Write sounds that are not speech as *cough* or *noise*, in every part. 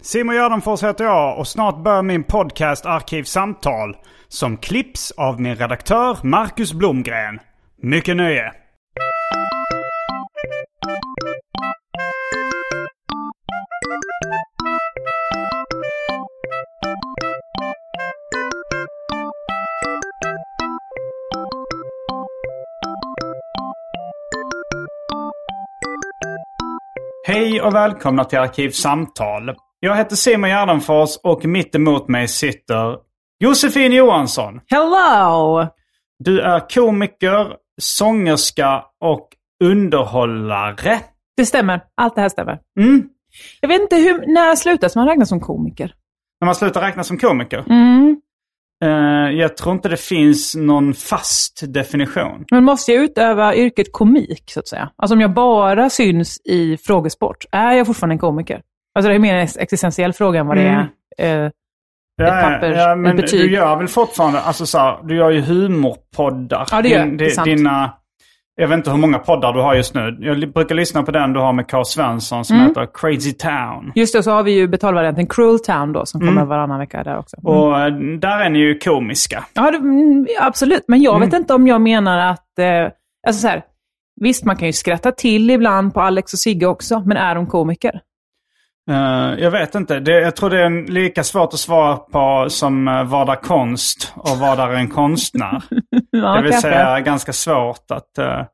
Simon Gärdenfors heter jag och snart börjar min podcast Arkivsamtal som klipps av min redaktör Marcus Blomgren. Mycket nöje! Hej och välkomna till Arkivsamtal. Jag heter Simon Gärdenfors och mitt emot mig sitter Josefin Johansson. Hello! Du är komiker, sångerska och underhållare. Det stämmer. Allt det här stämmer. Mm. Jag vet inte hur, när slutas man räknas som komiker? När man slutar räkna som komiker. Mm. Eh, jag tror inte det finns någon fast definition. Men måste jag utöva yrket komik, så att säga? Alltså om jag bara syns i frågesport, är jag fortfarande en komiker? Alltså det är mer en ex- existentiell fråga än vad det Mm. är. Eh, Ja, papper, ja, ett men betyg. Du gör väl fortfarande, alltså så här, du gör ju humorpoddar. Ja, det gör jag. Det är di- sant. dina, jag vet inte hur många poddar du har just nu. Jag li- brukar lyssna på den du har med K. Svensson Mm. som heter Crazy Town. just det, så har vi ju betalvarianten Cruel Town då, som kommer varannan vecka där också. Mm. Mm. Och eh, där är ni ju komiska. Ja, det, mm, absolut. Men jag Mm. vet inte om jag menar att... Eh, alltså så här, visst, man kan ju skratta till ibland på Alex och Sigge också, men är de komiker? Eh, jag vet inte. Det, jag tror det är en- lika svårt att svara på som uh, vad är konst och vad är en konstnär. Ja, det vill kanske. säga ganska svårt att det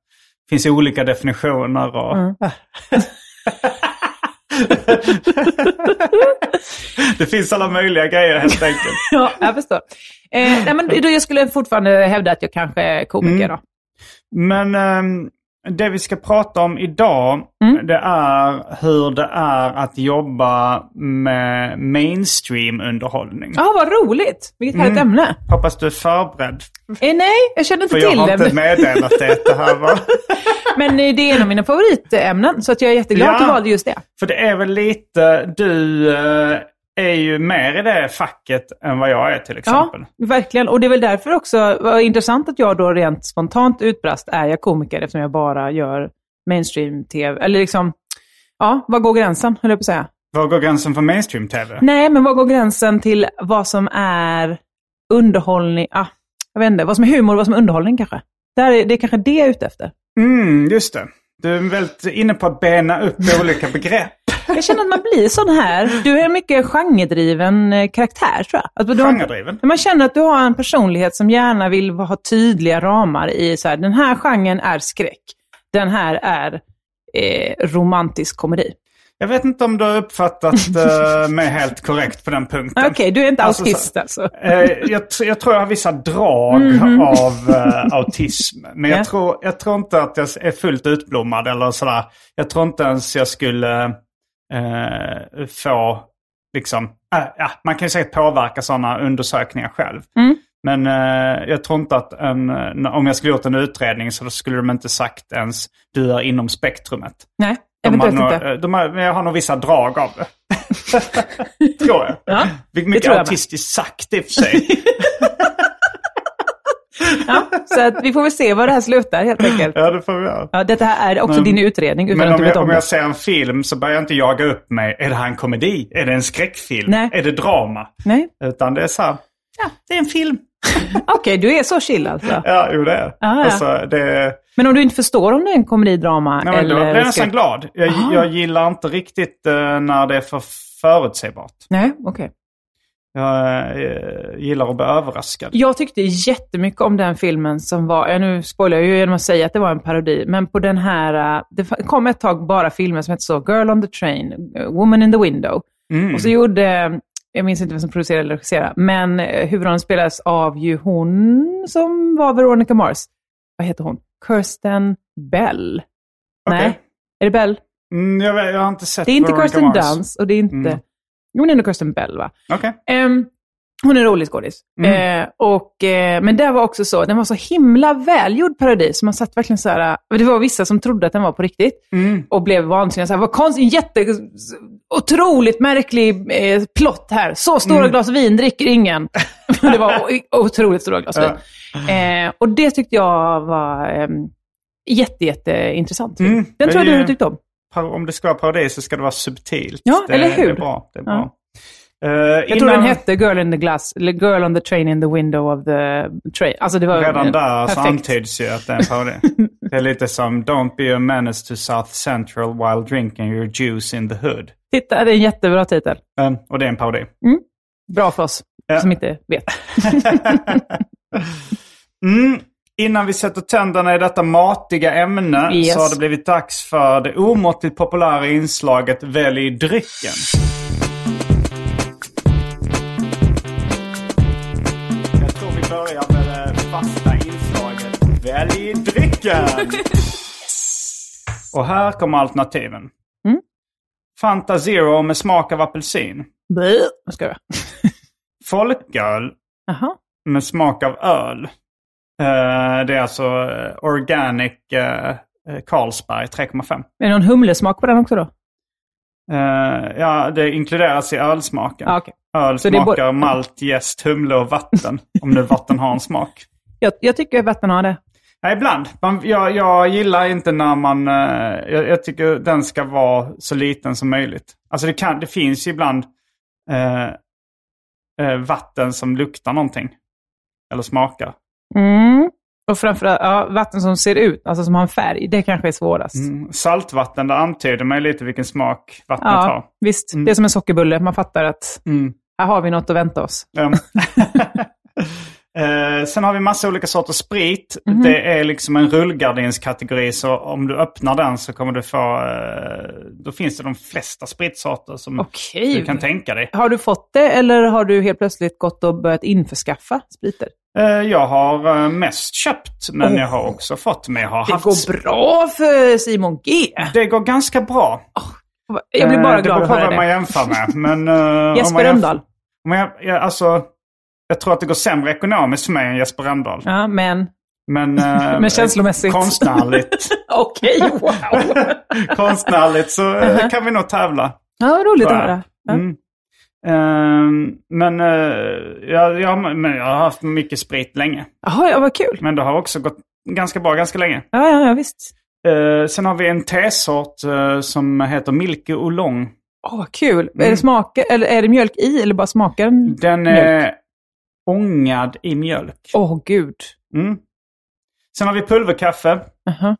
finns ju olika definitioner. Och, Mm. *laughs* det finns alla möjliga grejer helt enkelt. Ja, jag förstår. Eh, nej, men då, jag skulle fortfarande hävda att jag kanske är komiker. Mm. Då. Men ehm, det vi ska prata om idag, Mm. det är hur det är att jobba med mainstream-underhållning. Ja, vad roligt! Vilket härligt ämne. Hoppas du är förberedd. Eh, nej, jag kände inte Mm. För jag till har det. inte meddelat dig att det här var... Men eh, det är en av mina favoritämnen, så att jag är jätteglad Ja. att du valde just det. För det är väl lite, du eh, är ju mer i det facket än vad jag är till Ja, exempel. verkligen. Och det är väl därför också, vad intressant att jag då rent spontant utbrast, är jag komiker eftersom jag bara gör mainstream-tv. Eller liksom, ja, var går gränsen, höll jag på att säga. Var går gränsen för mainstream-tv? Nej, men var går gränsen till vad som är underhållning? Ah, jag vet inte. Vad som är humor och vad som är underhållning kanske. Där är, det är kanske det jag är ute efter. Mm, just det. Du är väldigt inne på att bena upp olika begrepp. Jag känner att man blir sån här. Du är en mycket genredriven eh, karaktär tror jag. Att du har- Genredriven? Man känner att du har en personlighet som gärna vill ha tydliga ramar i så här, den här genren är skräck. Den här är eh, romantisk komedi. Jag vet inte om du har uppfattat eh, mig helt korrekt på den punkten. Ah, Okej, du är inte Alltså, autist så- alltså. Eh, jag, tr- jag tror jag har vissa drag av eh, autism. Men jag, Mhm. Ja. tror, jag tror inte att jag s- är fullt utblommad eller sådär. Jag tror inte ens jag skulle eh, få, liksom, äh, ja, man kan ju säkert påverka sådana undersökningar själv. Mm. Men eh, jag tror inte att en, en- om jag skulle gjort en utredning så skulle de inte sagt ens du är inom spektrumet. Nej, De har eventuellt nog, inte. eh, de har, men jag har nog vissa drag av det. *laughs* tror jag. Ja, Vilket mycket tror jag med. autistiskt sagt i och för sig. ja, så att vi får väl se var det här slutar helt enkelt. ja, det får vi göra. Ja, detta här är också Men- din utredning utan Men att du om vet jag, om om det. jag ser en film så börjar jag inte jaga upp mig. Är det här en komedi? Är det en skräckfilm? Nej. Är det drama? Nej, Utan det är så här, ja, det är en film. okej, du är så chill alltså. Ja, jo det är ja. alltså, det. Men om du inte förstår om det är en komedidrama Nej, men eller... då blir jag nästan skräck- glad. Jag, Aha. jag gillar inte riktigt eh, när det är för förutsägbart. Nej, okej. Jag eh, gillar att bli överraskad. Jag tyckte jättemycket om den filmen som var, ja, nu spoilar jag ju genom att säga att det var en parodi, men på den här, eh, det fa- kom ett tag bara filmer som hette så, Girl on the Train, eh, Woman in the Window. Mm. Och så gjorde, eh, jag minns inte vem som producerade eller regisserade, men eh, huvudrollen spelas av ju hon som var Veronica Mars. Vad heter hon? Kirsten Bell. Okej. Nej, är det Bell? Mm, jag, vet- jag har inte sett Det är inte Veronica Kirsten Mars. Dunst och det är inte... Mm. Jo, det är nog Kirsten Bell, va? Okej. Ehm, hon är en rolig skådis. Mm. Eh, och, eh, men det var också så, den var så himla välgjord parodi, så man satt verkligen så här, eh, det var vissa som trodde att den var på riktigt Mm. och blev vansinniga. Så här, vad konstigt, jätte, otroligt märklig eh, plott här. Så stora Mm. glas vin *laughs* dricker ingen. det var o- otroligt stora glas vin. Eh, och det tyckte jag var eh, jätte, jätteintressant. Mm. Den tror jag Det är- du tyckte om. Par- Om det ska vara parodi så ska det vara subtilt. Ja, det, eller hur? Det är bra. Det är bra. Ja. Eh, Jag tror den hette Girl in the Glass, eller Girl on the Train in the Window of the Train. Alltså det var Redan eh, där alltså, så perfekt. antyds ju att det är en parodi. det är lite som Don't be a menace to South Central while drinking your juice in the hood. Titta, det är en jättebra titel. Eh, och det är en parodi. Bra för oss Ja. som inte vet. Mm. Innan vi sätter tänderna i detta matiga ämne Yes. så har det blivit dags för det omåttligt populära inslaget Välj drycken. Jag tror vi börjar med det fasta inslaget Välj drycken. Och här kommer alternativen. Fanta Zero med smak av apelsin. Bli. Vad ska jag Folköl Jaha. med smak av öl. Eh, det är alltså eh, organic eh, eh, Carlsberg 3,5. Är det någon humlesmak på den också då? Eh, ja, det inkluderas i ölsmaken. Ja, okej. Öl Så det är smakar både- malt, jäst, humle och *laughs* vatten. om nu vatten har en smak. Jag, jag tycker vatten har det. Ja, ibland. Man, jag, jag gillar inte när man... eh, jag, jag tycker den ska vara så liten som möjligt. Alltså det, kan, det finns ju ibland eh, eh, vatten som luktar någonting. Eller smakar. Mm. Och framförallt ja, vatten som ser ut, alltså som har en färg, det kanske är svårast. Mm, Saltvatten, det antyder mig lite vilken smak vattnet har. Ja, visst. Det är som en sockerbulle. Man fattar att Mm. här har vi något att vänta oss. Ehm. *laughs* Eh, sen har vi massa olika sorters sprit. Mhm. Det är liksom en rullgardinskategori så om du öppnar den så kommer du få... eh, då finns det de flesta spritsorter som Okej. du Mm. kan tänka dig. Har du fått det eller har du helt plötsligt gått och börjat införskaffa spriter? Eh, jag har eh, mest köpt men jag har också fått men jag har Det haft... går bra för Simon G. Det går ganska bra. Jag blir Eh, bara det glad beror att på höra vem man det. jämför med. Men, eh, om man Jesper jämför- Rönndahl. Men jag, jag, alltså, jag tror att det går sämre ekonomiskt för mig än Jesper Rönndahl. Ja, men *laughs* *laughs* Men, eh, Men känslomässigt. *laughs* Konstnärligt, okej, wow. konstnärligt så eh, kan vi nog tävla. Ja, roligt att tror jag. höra. Ja. Mm. Ehm, men, eh, jag, jag, men jag har haft mycket sprit länge. Jaha, ja, vad kul. Men det har också gått ganska bra ganska länge. Ja, ja, ja visst. Eh, sen har vi en tesort eh, som heter Milke Oolong. Åh, vad kul. Mm. Är, det smaka, eller är det mjölk i eller bara smakar den? Den är ångad i mjölk. Åh, gud. Mm. Sen har vi pulverkaffe. Aha.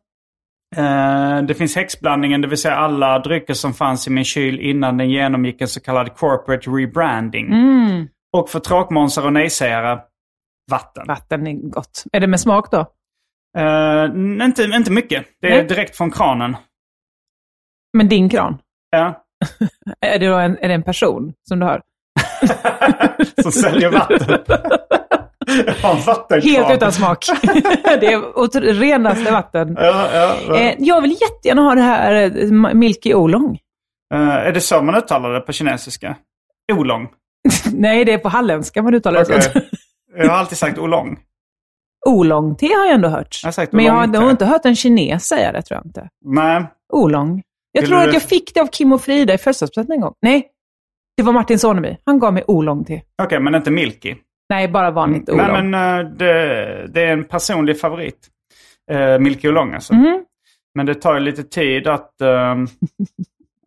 Eh, Det finns häxblandningen, det vill säga alla drycker som fanns i min kyl innan den genomgick en så kallad corporate rebranding. Mm. Och för tråkmånsar och nejsägare, vatten. Vatten är gott. Är det med smak då? Eh, n- inte, inte mycket. Det är Nej. direkt från kranen. Men din kran? Ja. *laughs* Är det, då en, är det en person som du har? Som säljer *laughs* vatten. Jag har en vattenkran. Helt utan smak. *laughs* det är otro- renaste vatten. Ja, ja, ja. Eh, jag vill jättegärna ha det här eh, ma- Milky Oolong. *laughs* Eh, är det så man uttalar det på kinesiska? Olong. Nej, det är på halländska man uttalar det så. Okej. Jag har alltid sagt olong. Oolong-te har jag ändå hört. Jag har sagt Men jag har oolong-te. nog inte hört en kines säga det, tror jag inte. Nej. Oolong. Jag Vill tror du- att jag fick det av Kim och Frida i födelsedagspresent en gång. Nej, det var Martin Soneby. Han gav mig oolong-te. Okej, men inte milky. Nej, bara vanligt oolong. Nej, men eh, det, det är en personlig favorit. Uh, Milky Olong alltså. Mhm. Men det tar ju lite tid att, *laughs* eh,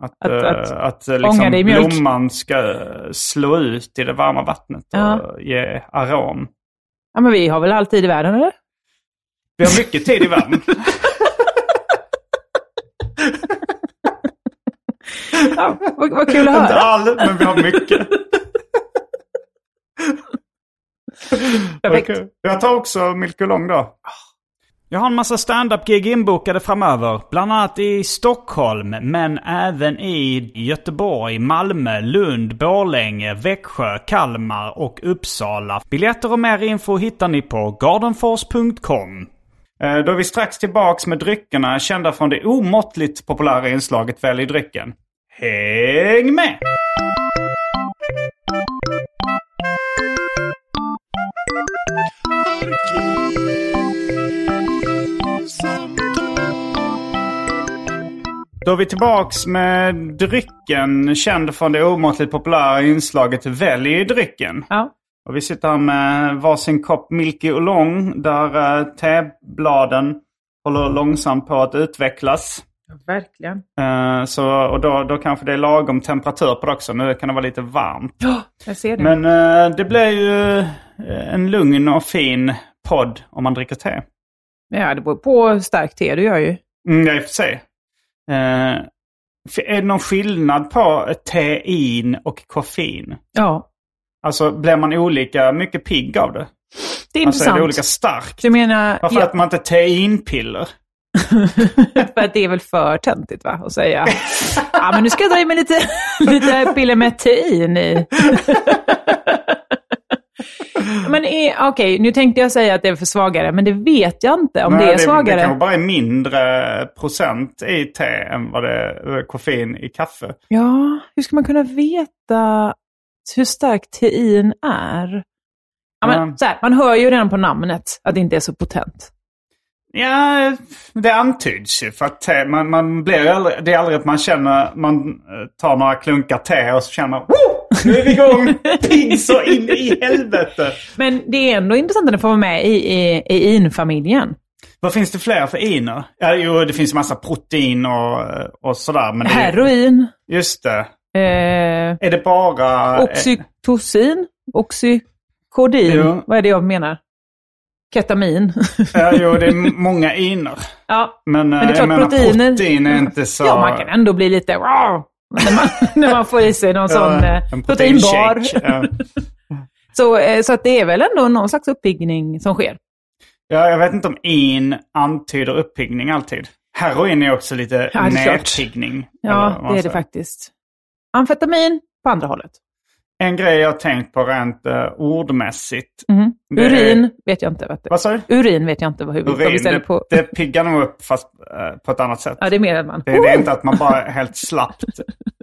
att, Att- att, att att, eh, liksom ånga det i mjölk. blomman ska eh, slå ut i det varma vattnet och Ja. ge arom. Ja, men vi har väl all tid i världen, eller? Vi har mycket tid i världen. *laughs* Ja, vad, vad kul att Inte *laughs* höra. all, men vi har mycket. Perfekt. Milko. Jag tar också Milko Long då. Jag har en massa standup-gig inbokade framöver. Bland annat i Stockholm, men även i Göteborg, Malmö, Lund, Borlänge, Växjö, Kalmar och Uppsala. Biljetter och mer info hittar ni på gardenfors.com. Eh, Då är vi strax tillbaks med dryckerna kända från det omåttligt populära inslaget Välj drycken. Häng med! Då är vi tillbaks med drycken känd från det omåttligt populära inslaget Välj drycken. Ja. Och vi sitter här med varsin kopp Milky Oolong där eh, tebladen håller långsamt på att utvecklas. Verkligen. Eh, så, och då, då kanske det är lagom temperatur på det också. Nu kan det vara lite varmt. Jag ser det. Men eh, det blir ju eh, en lugn och fin podd om man dricker te. Ja, det beror på hur starkt te du gör ju. Mm, ja, i och för sig. Eh, f- är det någon skillnad på eh, tein och koffein? Ja, Alltså blir man olika mycket pigg av det? det är Alltså är intressant. det olika starkt? Du menar, Varför ja, äter man inte teinpiller? *laughs* för att det är väl för töntigt va? *laughs* Att säga, ja men nu ska jag dra i mig lite, *laughs* lite piller med *laughs* tein i. men är- okej, nu tänkte jag säga att det är för svagare, men det vet jag inte om Nej, det är svagare. Det, kanske bara är mindre eh, procent i te än vad det är koffein i kaffe. Ja, hur ska man kunna veta hur stark tein är? Ja, men, Ja. så här, man hör ju redan på namnet att det inte är så potent. Ja, det antyds ju. För att te, man, man blir ju aldrig, det är aldrig att man känner, man eh, tar några klunkar te och så känner man "Woo! nu är vi *laughs* igång! Pigg så in i helvete! Men det är ändå intressant att den får vara med i, i, i in-familjen. Vad finns det fler för iner? Ja, jo, det finns massa protein och, och sådär. Men det, Heroin, just det. eh, Är det bara... oxytocin, oxykodin. Jo. Vad är det jag menar? Ketamin. *laughs* Ja, jo, det är m- många iner. ja. Men, eh, Men det är jag klart, menar, proteiner- protein är inte så... ja, man kan ändå bli lite... "Wow!" när, man, *laughs* när man får i sig någon sån eh, en proteinbar. proteinshake. Ja. Så, eh, så att det är väl ändå någon slags uppiggning som sker. Ja, jag vet inte om in antyder uppiggning alltid. Heroin är också lite Ja, det är klart. nerpiggning. eller vad Ja, man det är det säger. faktiskt. Amfetamin på andra hållet. En grej jag har tänkt på rent eh, ordmässigt. Mhm. Det är- Urin vet jag inte. Vet du. Vad sa du? Urin vet jag inte vad hur vi Urin, ställer det, på. det piggar nog upp fast eh, på ett annat sätt. Ja, det är mer än man. Det, det är inte att man bara helt slappt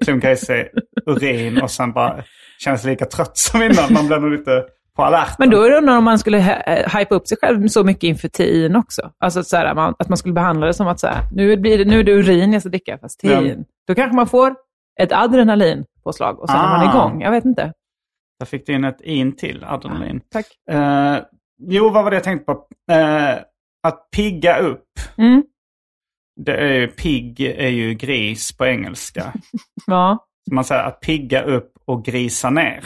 klunkar i sig urin och sen bara känns lika trött som innan. Man blir nog lite på alerten. Men då är det undrar om man skulle hy- hypa upp sig själv så mycket inför tein också. Alltså så här, man, att man skulle behandla det som att så här, nu, blir det, nu är det urin jag ska dricka, fast tein. Ja. Då kanske man får ett adrenalinpåslag och sen är man Ah. igång. Jag vet inte. Jag fick du in ett in till, adrenalin. Tack. Eh, jo, vad var det jag tänkte på? Eh, att pigga upp. Mm. Det är ju, pigg är ju gris på engelska. Ja. Så man säger att pigga upp och grisa ner.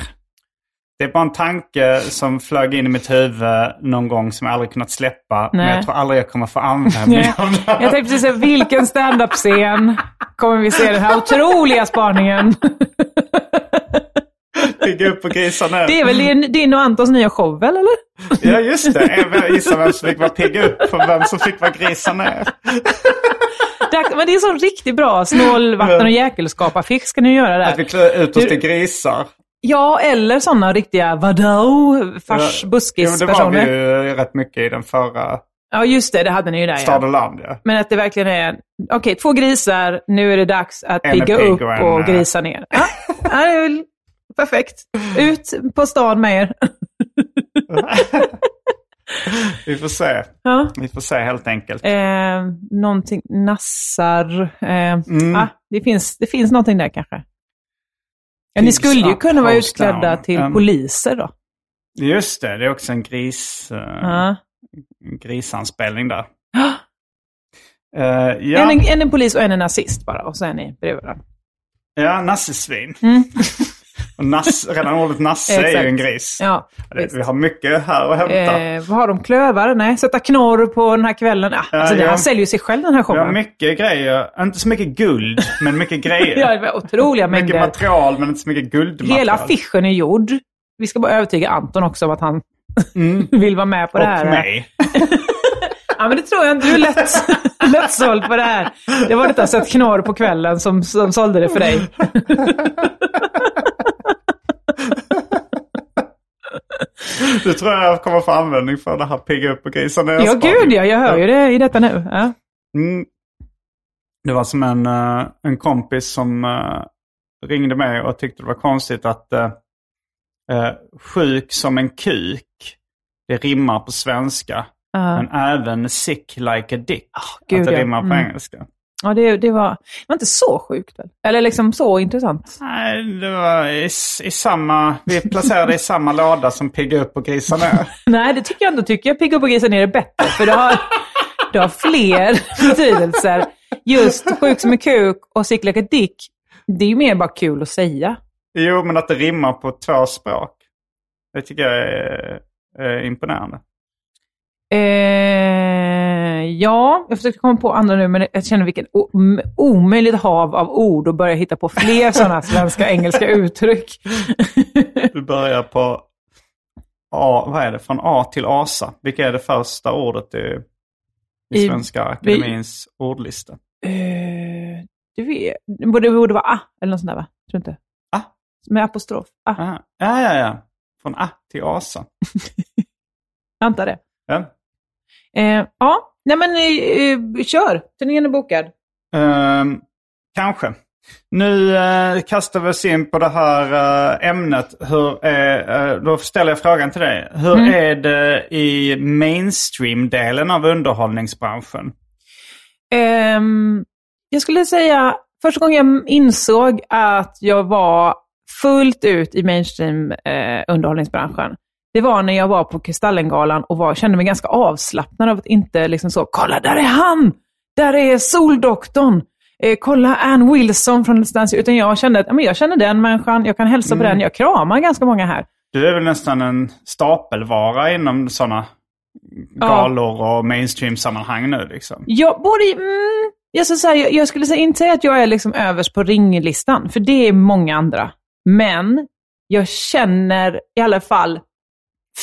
Det är bara en tanke som flög in i mitt huvud någon gång som jag aldrig kunnat släppa. Men Nej. jag tror aldrig jag kommer få användning Nej. av den. Jag tänkte precis säga, vilken standup-scen kommer vi se den här otroliga spaningen? Pigga upp och grisa ner. Det är väl din, din och Antons nya show, väl, eller? Ja, just det. Jag gissar vem som fick vara pigga upp och vem som fick vara grisa ner. Där, men det är sån riktigt bra snålvatten och jäkelskap-affisch ska ni göra Att vi där. klär ut oss till grisar. Ja, eller såna riktiga vadå, fars Ja. Jo, det var vi buskis-personer. ju rätt mycket i den förra Ja, just det, det hade ni ju där. Stad Ja. och land. Ja. *laughs* Men att det verkligen är, okej, två grisar, nu är det dags att En är pigga pigg upp och en eh, och är- grisa ner. Ja, ja, det är väl perfekt. Ut på stan med er. Vi får se. Ja. Vi får se helt enkelt. Eh, någonting, nassar. Eh, Mm. ah, det, finns, det finns någonting där kanske. Ja, ni Pigs skulle ju up, kunna vara hoes utklädda down. till Um, poliser då. Just det, det är också en gris, eh, Ja. grisanspelning *gasps* där. Eh, ja, En, en, en är polis och en är nazist bara, och så är ni bredvid varandra. ja, nassesvin. Mm. Och nass, redan ordet nasse är Exakt. ju en gris. Ja, det, visst. vi har mycket här att hämta. Eh, vad har de? Klövar? Nej, sätta knorr på den här kvällen. Ah, alltså, Ja, det, ja. Han säljer ju sig själv den här vi har showen. mycket grejer. Inte så mycket guld, men mycket grejer. *laughs* Ja, det var otroliga mycket mängder. material, men inte så mycket guldmaterial. Hela affischen är gjord. Vi ska bara övertyga Anton också om att han *laughs* vill vara med på det här. Mm. eh. Och mig. Ja, men det tror jag inte. Du är lätt, *laughs* lättsåld på det här. Det var detta sett knorr på kvällen som, som sålde det *laughs* för dig. Du tror jag kommer få användning för det här pigga upp och grisarna. Ja, gud ja. Jag hör ju det i detta nu. Ja. Mm. Det var som en, eh, en kompis som eh, ringde mig och tyckte det var konstigt att eh, eh, sjuk som en kuk, det rimmar på svenska. Ja. Men även sick like a dick, gud, att det ja. rimmar på Mm. engelska. Ja, det, det, var, det var inte så sjukt väl? Eller liksom *laughs* så intressant. Nej, det var i, i samma, vi placerade i samma låda som pigga upp och grisarna. Nej, det tycker jag inte. tycker jag Pigga upp och grisen är det bättre. För det har, det har fler *laughs* betydelser. Just sjuk som en kuk och sick like a dick. Det är ju mer bara kul att säga. *laughs* Jo, men att det rimmar på två språk. Det tycker jag är, är imponerande. Eh, ja, jag försökte komma på andra nu, men jag känner vilken o- m- omöjligt hav av ord att börja hitta på fler sådana svenska engelska uttryck. Du börjar på A, vad är det? Från A till Asa. Vilket är det första ordet i, i I- Svenska Akademins ordlista? eh, du vet, det borde, det borde vara ah, eller något sånt där va? Tror inte. Ah? Med apostrof. Ah, Aha. Ja, ja, ja. Från A till Asa. jag antar det. Ja. Eh, ja, nej men eh, eh, kör. Turnén är bokad. Ehm, kanske. Nu eh, kastar vi oss in på det här eh, ämnet. Hur är, eh, då ställer jag frågan till dig. Hur är det i mainstream-delen av underhållningsbranschen? Ehm, jag skulle säga, första gången jag insåg att jag var fullt ut i mainstream-underhållningsbranschen, det var när jag var på Kristallengalan och var, kände mig ganska avslappnad av att inte liksom så, kolla där är han! Där är Soldoktorn! Eh, kolla Ann Wilson från Let's Dance. Utan jag kände att ja, men jag känner den människan, jag kan hälsa på den, jag kramar ganska många här. Du är väl nästan en stapelvara inom sådana galor och mainstream-sammanhang nu liksom. Jag, både, i- mm, jag, ska säga, jag, jag skulle säga, inte säga att jag är liksom överst på ringlistan, för det är många andra. Men jag känner i alla fall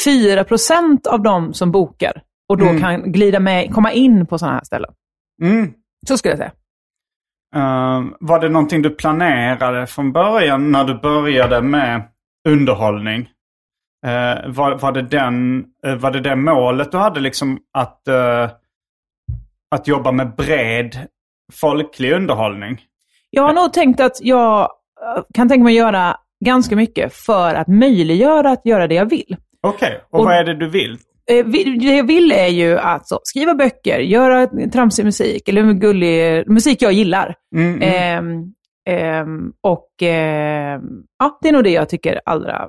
4% av de som bokar och då Mm. kan glida med, komma in på sådana här ställen. Mm. Så skulle jag säga. Ehm, var det någonting du planerade från början när du började med underhållning? Eh, var, var, det den, eh, var det det målet du hade liksom att, eh, att jobba med bred folklig underhållning? Jag har nog tänkt att jag eh, kan tänka mig att göra ganska mycket för att möjliggöra att göra det jag vill. Okej, och, Och- vad är det du vill? Eh, vi- Det jag vill är ju att så, skriva böcker, göra tramsig musik, eller gullig musik jag gillar. Mm, mm. Ehm, ehm, och ehm, ja, det är nog det jag tycker allra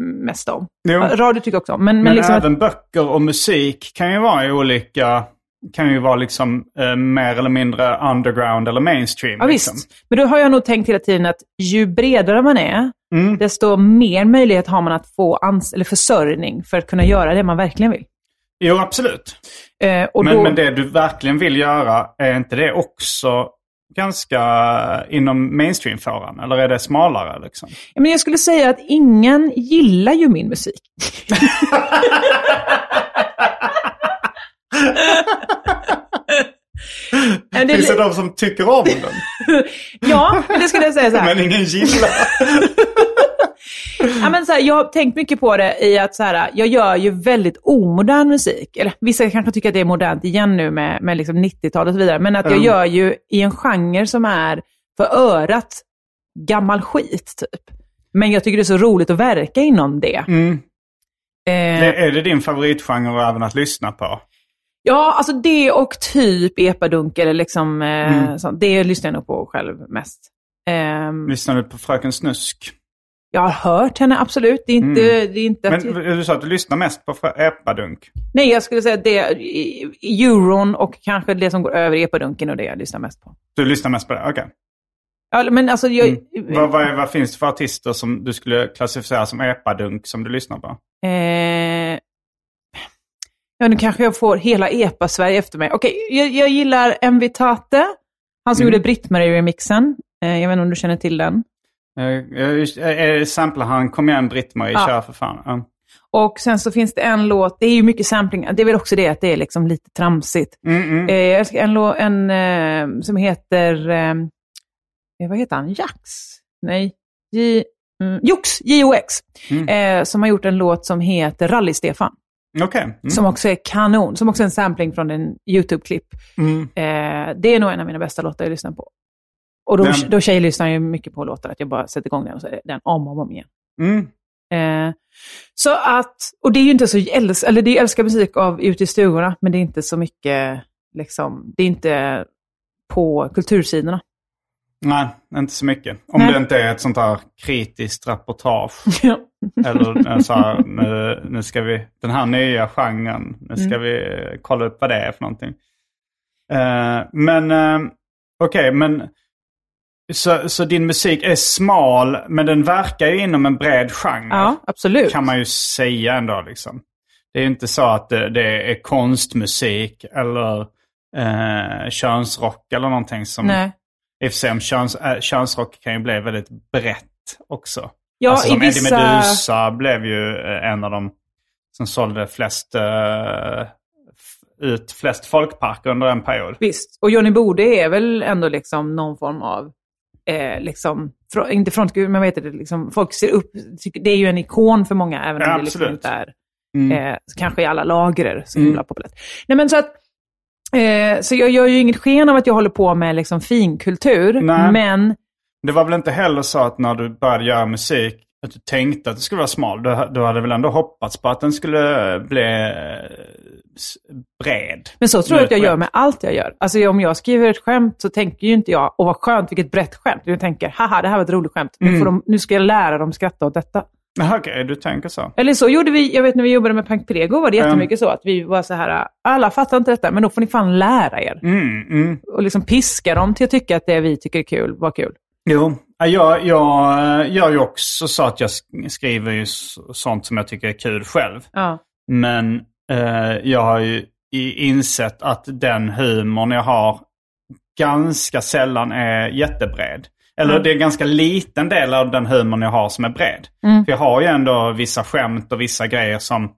mest om. Jo. Ja, Radio tycker jag också om, men, men, Men liksom att, även böcker och musik kan ju vara i olika, kan ju vara liksom eh, mer eller mindre underground eller mainstream. ja, liksom. visst. Men då har jag nog tänkt hela tiden att ju bredare man är, Mm. desto mer möjlighet har man att få ans- eller försörjning för att kunna göra det man verkligen vill. Jo, absolut. Eh, och Men, då, men det du verkligen vill göra, är inte det också ganska inom mainstreamfåran? Eller är det smalare liksom? Ja, men jag skulle säga att ingen gillar ju *laughs* min musik. *laughs* Ja, det- Finns det de som tycker om *laughs* den, ja, men det skulle jag säga så här. men ingen gillar? Ja, men så här, jag har tänkt mycket på det i att så här, jag gör ju väldigt omodern musik. Eller, vissa kanske tycker att det är modernt igen nu med, med liksom 90-talet och så vidare. Men att jag Mm. gör ju i en genre som är för örat gammal skit typ. Men jag tycker det är så roligt att verka inom det. Mm. Eh, Det- Är det din favoritgenre även att lyssna på? ja, alltså det och typ epadunk eller liksom, eh, sånt, det lyssnar jag nog på själv mest. Ehm, Lyssnar du på Fröken Snusk? jag har hört henne, absolut. Det är inte... Det är inte Men att- du sa att du lyssnar mest på Frö- Epadunk. Nej, jag skulle säga att det är i- i- euron och kanske det som går över i epadunken och det jag lyssnar mest på. Du lyssnar mest på det? Okej. Ja, men alltså jag... Mm. Vad, vad, är- vad finns det för artister som du skulle klassificera som epadunk som du lyssnar på? Eh, ja, nu kanske jag får hela epa-Sverige efter mig. Okej, jag, jag gillar Envitate. Han som Mm. gjorde Britt-Marie-remixen. Eh, jag vet inte om du känner till den. Eh, eh, just- eh, eh, Samplar han Kom igen Britt-Marie, Ja. kör för fan. Ja. Och sen så finns det en låt, det är ju mycket samplingar, det är väl också det att det är liksom lite tramsigt. Mm, Eh, jag älskar en låt en, eh, som heter, eh, vad heter han, Jax? Nej, J, mm, Jox, J-O-X, Mm. eh, som har gjort en låt som heter Rally-Stefan. Okej. Mm. Som också är kanon, som också är en sampling från en YouTube-klipp. Mm. Eh, det är nog en av mina bästa låtar jag lyssnar på. Och då, Den- då tjejlyssnar jag ju mycket på låtar, att jag bara sätter igång den och så är det den om och om, om igen. Mm. Eh, så att, och det är ju inte så, jag älskar, eller det är jag älskar musik av ute i stugorna, men det är inte så mycket, liksom, det är inte på kultursidorna. Nej, inte så mycket. Om Nej. det inte är ett sånt här kritiskt reportage. *laughs* Ja. Eller en så här, nu, nu ska vi, den här nya genren, nu Mm. ska vi eh, kolla upp vad det är för någonting. Eh, men eh, okej, men så, så din musik är smal, men den verkar ju inom en bred genre. ja, absolut. Kan man ju säga ändå liksom. Det är ju inte så att det, det är konstmusik eller eh, könsrock eller någonting som... Nej. I och för sig, om köns, äh, könsrock kan ju bli väldigt brett också. Ja, alltså, i som vissa... Eddie Meduza blev ju eh, en av de som sålde flest, eh, f- ut flest folkparker under en period. Visst, och Johnny Bode är väl ändå liksom någon form av, eh, liksom, fr- inte frontgud, men vad heter det, liksom, folk ser upp, tycker- det är ju en ikon för många, även om Ja, det liksom absolut. inte är Mm. eh, kanske i alla lager så himla populärt. Nej, men så att, eh, så jag gör ju inget sken av att jag håller på med liksom, finkultur, Nej. men Det var väl inte heller så att när du började göra musik att du tänkte att du skulle vara smal. Du, du hade väl ändå hoppats på att den skulle bli eh, s- bred. Men så tror jag att jag Brett. gör med allt jag gör. Alltså om jag skriver ett skämt så tänker ju inte jag, åh vad skönt, vilket brett skämt. Jag tänker, haha, det här var ett roligt skämt. Mm. Nu, får de, nu ska jag lära dem skratta åt detta. Jaha, okej, du tänker så. Eller så gjorde vi, jag vet när vi jobbade med Pank Prego var det jättemycket så att vi var så här, alla fattar inte detta, men då får ni fan lära er. Mm, mm. Och liksom piska dem till att tycka att det vi tycker är kul var kul. Jo, Ja, jag, jag eh, gör ju också så att jag sk- skriver ju s- sånt som jag tycker är kul själv. Ja. Men eh, jag har ju i- insett att den humorn jag har ganska sällan är jättebred. Eller det är en ganska liten del av den humorn jag har som är bred. För jag har ju ändå vissa skämt och vissa grejer som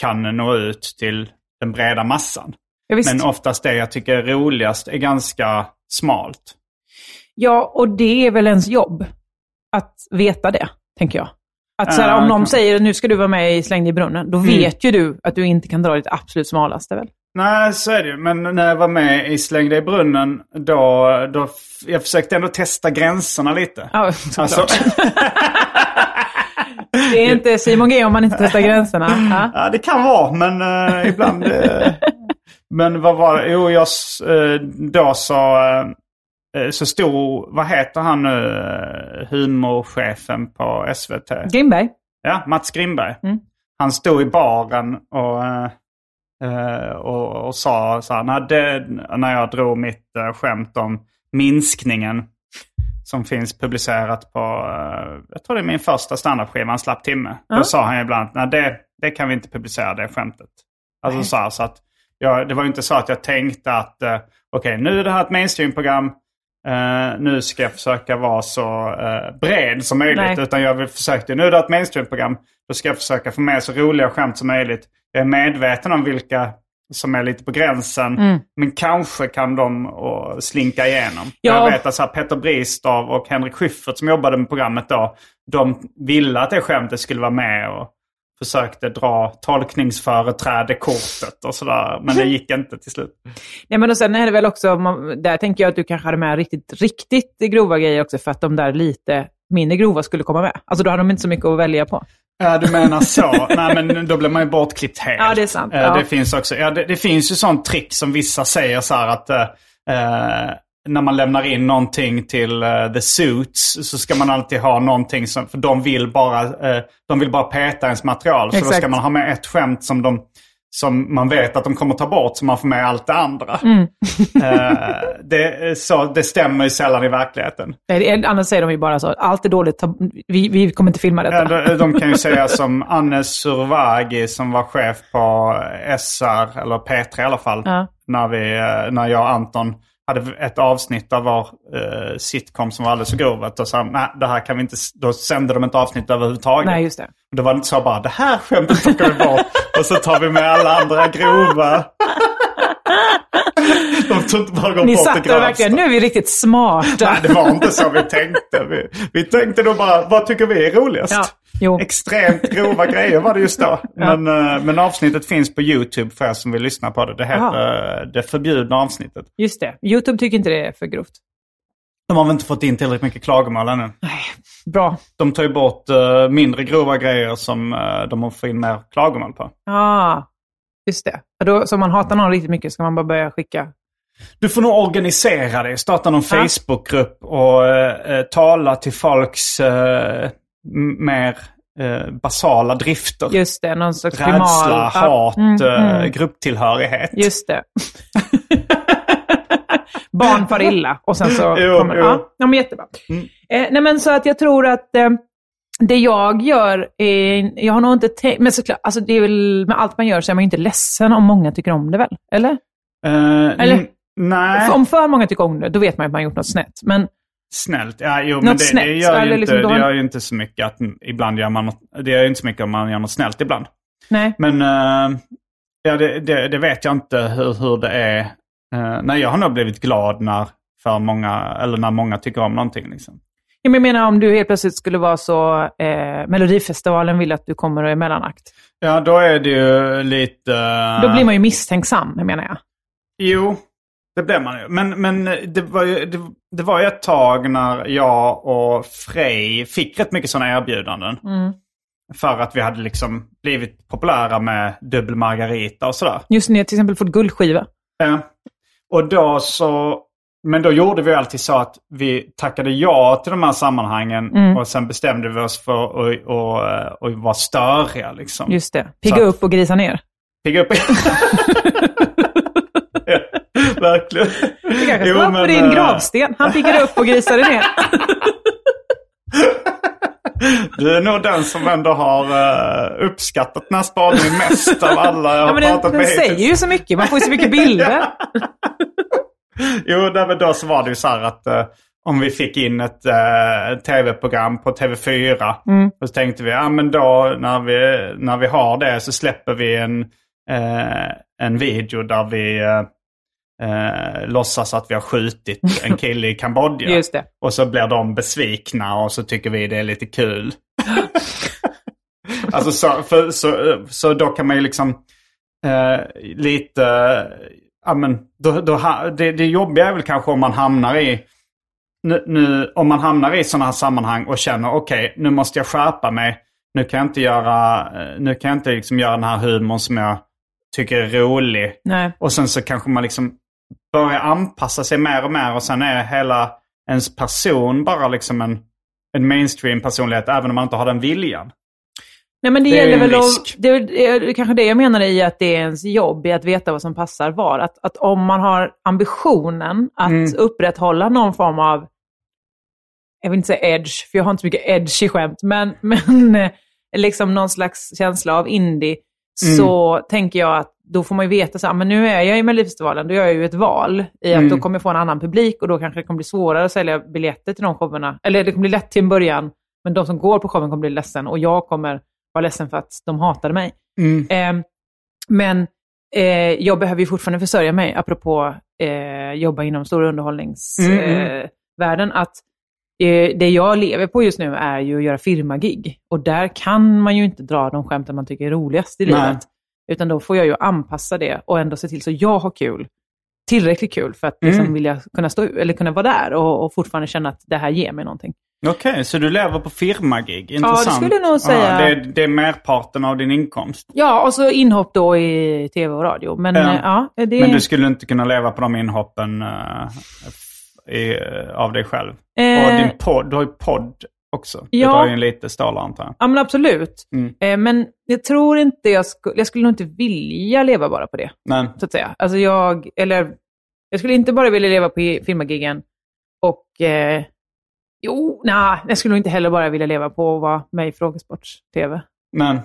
kan nå ut till den breda massan. Ja, visst. Men oftast det jag tycker är roligast är ganska smalt. Ja, och det är väl ens jobb att veta det, tänker jag. Att så här, Ja, om någon kan- säger nu ska du vara med i Släng i brunnen, Mm. då vet ju du att du inte kan dra ditt absolut smalaste väl? Nej, så är det ju. Men när jag var med i Släng dig i brunnen, då, då f- jag försökte ändå testa gränserna lite. *laughs* Ja, såklart. *laughs* Alltså- det är inte Simon G om man inte *laughs* testar gränserna. Ja. *laughs* Ja, det kan vara, men eh, ibland... *laughs* eh, men vad var det? Jo, jag, s- eh, då sa... eh, så stor... Vad heter han nu? eh, humorchefen på SVT? Grimberg? Ja, Mats Grimberg. Mm. Han stod i baren och, eh, eh, och, och sa så här, när, det, när jag drog mitt eh, skämt om minskningen som finns publicerat på, eh, jag tror det är min första standardskiva, En slapp timme. Då sa han ibland, nej det, det kan vi inte publicera det skämtet. Alltså så, här, så att jag, det var ju inte så att jag tänkte att eh, okej nu är det här ett mainstream-program. Eh, nu ska jag försöka vara så eh, bred som möjligt. Nej. Utan jag vill- försökte, nu är det ett mainstream-program. Då ska jag försöka få med så roliga skämt som möjligt. Jag är medveten om vilka som är lite på gränsen. Men kanske kan de och, slinka igenom. Ja. Jag vet att så här, Peter Bristav och Henrik Schyffert som jobbade med programmet då. De ville att det skämtet skulle vara med. Och, försökte dra tolkningsföreträdekortet och sådär. Men det gick inte till slut. Nej, men och sen är det väl också, man- där tänker jag att du kanske hade med riktigt, riktigt grova grejer också för att de där lite mindre grova skulle komma med. Alltså då hade de inte så mycket att välja på. Ja, du menar så. Nej, men då blir man ju bortklippt helt. Ja, det är sant. Eh, Ja. Det finns också, ja, det, det finns ju sånt trick som vissa säger så här att eh, eh, när man lämnar in någonting till eh, The Suits så ska man alltid ha någonting som, för de vill bara, eh, de vill bara peta ens material. Så då Exakt. ska man ha med ett skämt som de som man vet att de kommer ta bort så man får med allt det andra. Mm. Eh, det, så det stämmer ju sällan i verkligheten. Nej, det är- Annars säger de ju bara så, allt är dåligt, ta, vi, vi kommer inte filma detta. Ja, de, de kan ju säga som Anne Survagi som var chef på SR, eller P3 i alla fall, Ja. när, vi, eh, när jag och Anton hade ett avsnitt av var eh, sitcom som var alldeles för grov. Att då sa nej, det här kan vi inte, s-" då sände de inte avsnitt överhuvudtaget. Nej, just det. Och det var inte så bara, det här skämtet plockar vi bort och så tar vi med alla andra grova. de tog inte bara gå Ni bort det satte det grövsta. verkligen, nu är vi riktigt smarta. Nej, det var inte så vi tänkte. Vi, vi tänkte då bara, vad tycker vi är roligast? Ja, jo. Extremt grova grejer var det just *laughs* då. Men, eh, men avsnittet finns på YouTube för er som vill lyssna på det. Det heter eh, Det förbjudna avsnittet. Just det. YouTube tycker inte det är för grovt. De har väl inte fått in tillräckligt mycket klagomål ännu. Nej, bra. De tar ju bort eh, mindre grova grejer som eh, de har fått in mer klagomål på. Ah, just det. Ja, Då, så om man hatar någon riktigt mycket ska man bara börja skicka. Du får nog organisera dig, starta någon Ja. Facebookgrupp och eh, eh, tala till folks eh, m- mer eh, basala drifter. Just det, någon slags primal. Rädsla, Ja, hat, mm, eh, mm. grupptillhörighet. Just det. *laughs* Barn far illa och sen så Jo, kommer... jo. Mm. Ja, ja, men jättebra. Eh, nej, men så att jag tror att eh, det jag gör är... Jag har nog inte tänkt... Men såklart, alltså det är väl, med allt man gör så är man ju inte ledsen om många tycker om det väl? Eller? Eh, n- Eller- Nej, Om för många tycker om det, då vet man ju att man gjort något snett. Men snällt. Ja, jo, men det, det, snällt, gör ju eller inte, liksom då det man- gör ju inte så mycket att mm, ibland gör man något, det gör ju inte så mycket om man gör något snällt ibland. nej. Men eh, ja, det, det, det vet jag inte hur, hur det är. Eh, nej, jag har nog blivit glad när, för många, eller när många tycker om någonting. Liksom. Ja, men Jag menar om du helt plötsligt skulle vara så... Eh, Melodifestivalen vill att du kommer och är mellanakt. Ja, då är det ju lite... eh, Då blir man ju misstänksam, menar jag. Jo, det blev man ju. Men, men det, var ju, det, det var ju ett tag när jag och Frej fick rätt mycket sådana erbjudanden. Mm. För att vi hade liksom blivit populära med dubbel margarita och sådär. Just ni har till exempel fått guldskiva. Eh, Och då så... Men då gjorde vi alltid så att vi tackade ja till de här sammanhangen Mm. och sen bestämde vi oss för att och, eh, och, och vara störiga. Liksom. Just det. Pigga Så- upp och grisa ner. Pigga *laughs* upp ja, Verkligen. Det kanske Jo, ska vara på men, din eh, gravsten. Han piggade *laughs* upp och grisade ner. Du är nog den som ändå har eh, uppskattat den här spaningen mest av alla jag har Ja, men pratat den, den med säger hittills. ju så mycket. Man får ju så *laughs* mycket bilder. Jo, nej, men då så var det ju så här att eh, om vi fick in ett eh, tv-program på TV4 Mm. och så tänkte vi, ja men då när vi, när vi har det så släpper vi en, eh, en video där vi eh, eh, låtsas att vi har skjutit en kille i Kambodja. *laughs* Just det. Och så blir de besvikna och så tycker vi det är lite kul. alltså så, för, så, så då kan man ju liksom eh, lite... Ja, men, då, då, ha- det, det jobbiga är väl kanske om man hamnar i... Nu, nu, om man hamnar i sådana här sammanhang och känner okej, nu måste jag skärpa mig. Nu kan jag inte göra, eh, nu kan jag inte liksom göra den här humorn som jag tycker är rolig. Nej. Och sen så kanske man liksom börjar anpassa sig mer och mer och sen är hela ens person bara liksom en, en mainstream personlighet även om man inte har den viljan. Nej, men det, Det är gäller en väl att, risk. det är- det är kanske det jag menar i att det är ens jobb, i att veta vad som passar var. Att, att om man har ambitionen att Mm. upprätthålla någon form av, jag vill inte säga edge, för jag har inte så mycket edge i skämt, men, *laughs* men eh, liksom någon slags känsla av indie, Mm. så tänker jag att då får man ju veta så här, "Ah, men nu är jag i Melodifestivalen, då gör jag ju ett val i att Mm. då kommer jag få en annan publik och då kanske det kommer bli svårare att sälja biljetter till de showerna. Eller det kommer bli lätt till en början, men de som går på showen kommer bli ledsen och jag kommer vara ledsen för att de hatade mig. Eh, men eh, jag behöver ju fortfarande försörja mig, apropå eh, jobba inom stora Mm, underhållningsvärlden, mm. eh, världen, att eh, det jag lever på just nu är ju att göra firmagig. Och där kan man ju inte dra de skämten man tycker är roligast i Nej. livet. Utan då får jag ju anpassa det och ändå se till så jag har kul. Tillräckligt kul för att liksom Mm. vilja kunna, stå, eller kunna vara där och, och fortfarande känna att det här ger mig någonting. Okej, så du lever på firmagig? det Intressant. skulle jag nog säga. Ja, det, är- det är merparten av din inkomst. Ja, och så inhopp då i tv och radio. Men Ja. eh, ja, det... Men du skulle inte kunna leva på de inhoppen eh, f- i, av dig själv? Eh. Och din podd, du har ju podd också. Ja. Det drar ju en lite stålar antar jag. Ja, men absolut. Mm. Eh, men jag tror inte jag skulle... Jag skulle nog inte vilja leva bara på det, Men, så att säga. Alltså jag... Eller... Jag skulle inte bara vilja leva på i- firmagiggen och... Eh, jo, nej, jag skulle nog inte heller bara vilja leva på att vara med i frågesport-tv. men,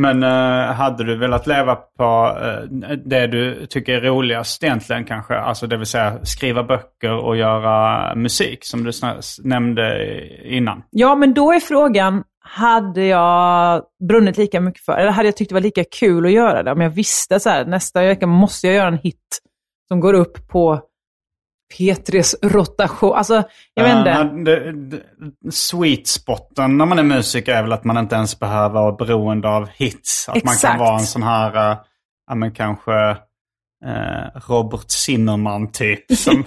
Men eh, hade du velat leva på eh, det du tycker är roligast egentligen kanske? Alltså det vill säga skriva böcker och göra musik som du sna- nämnde innan. Ja, men då är frågan, hade jag brunnit lika mycket för, eller hade jag tyckt det var lika kul att göra det? Om jag visste så här, nästa vecka måste jag göra en hit som går upp på Petres rotation. Alltså, jag vet inte. Eh, men det- det- Sweet spoten när man är musiker är väl att man inte ens behöver vara beroende av hits. Att man Exakt. kan vara en sån här, eh, ja men kanske eh, Robert Zimmerman typ. *laughs* Som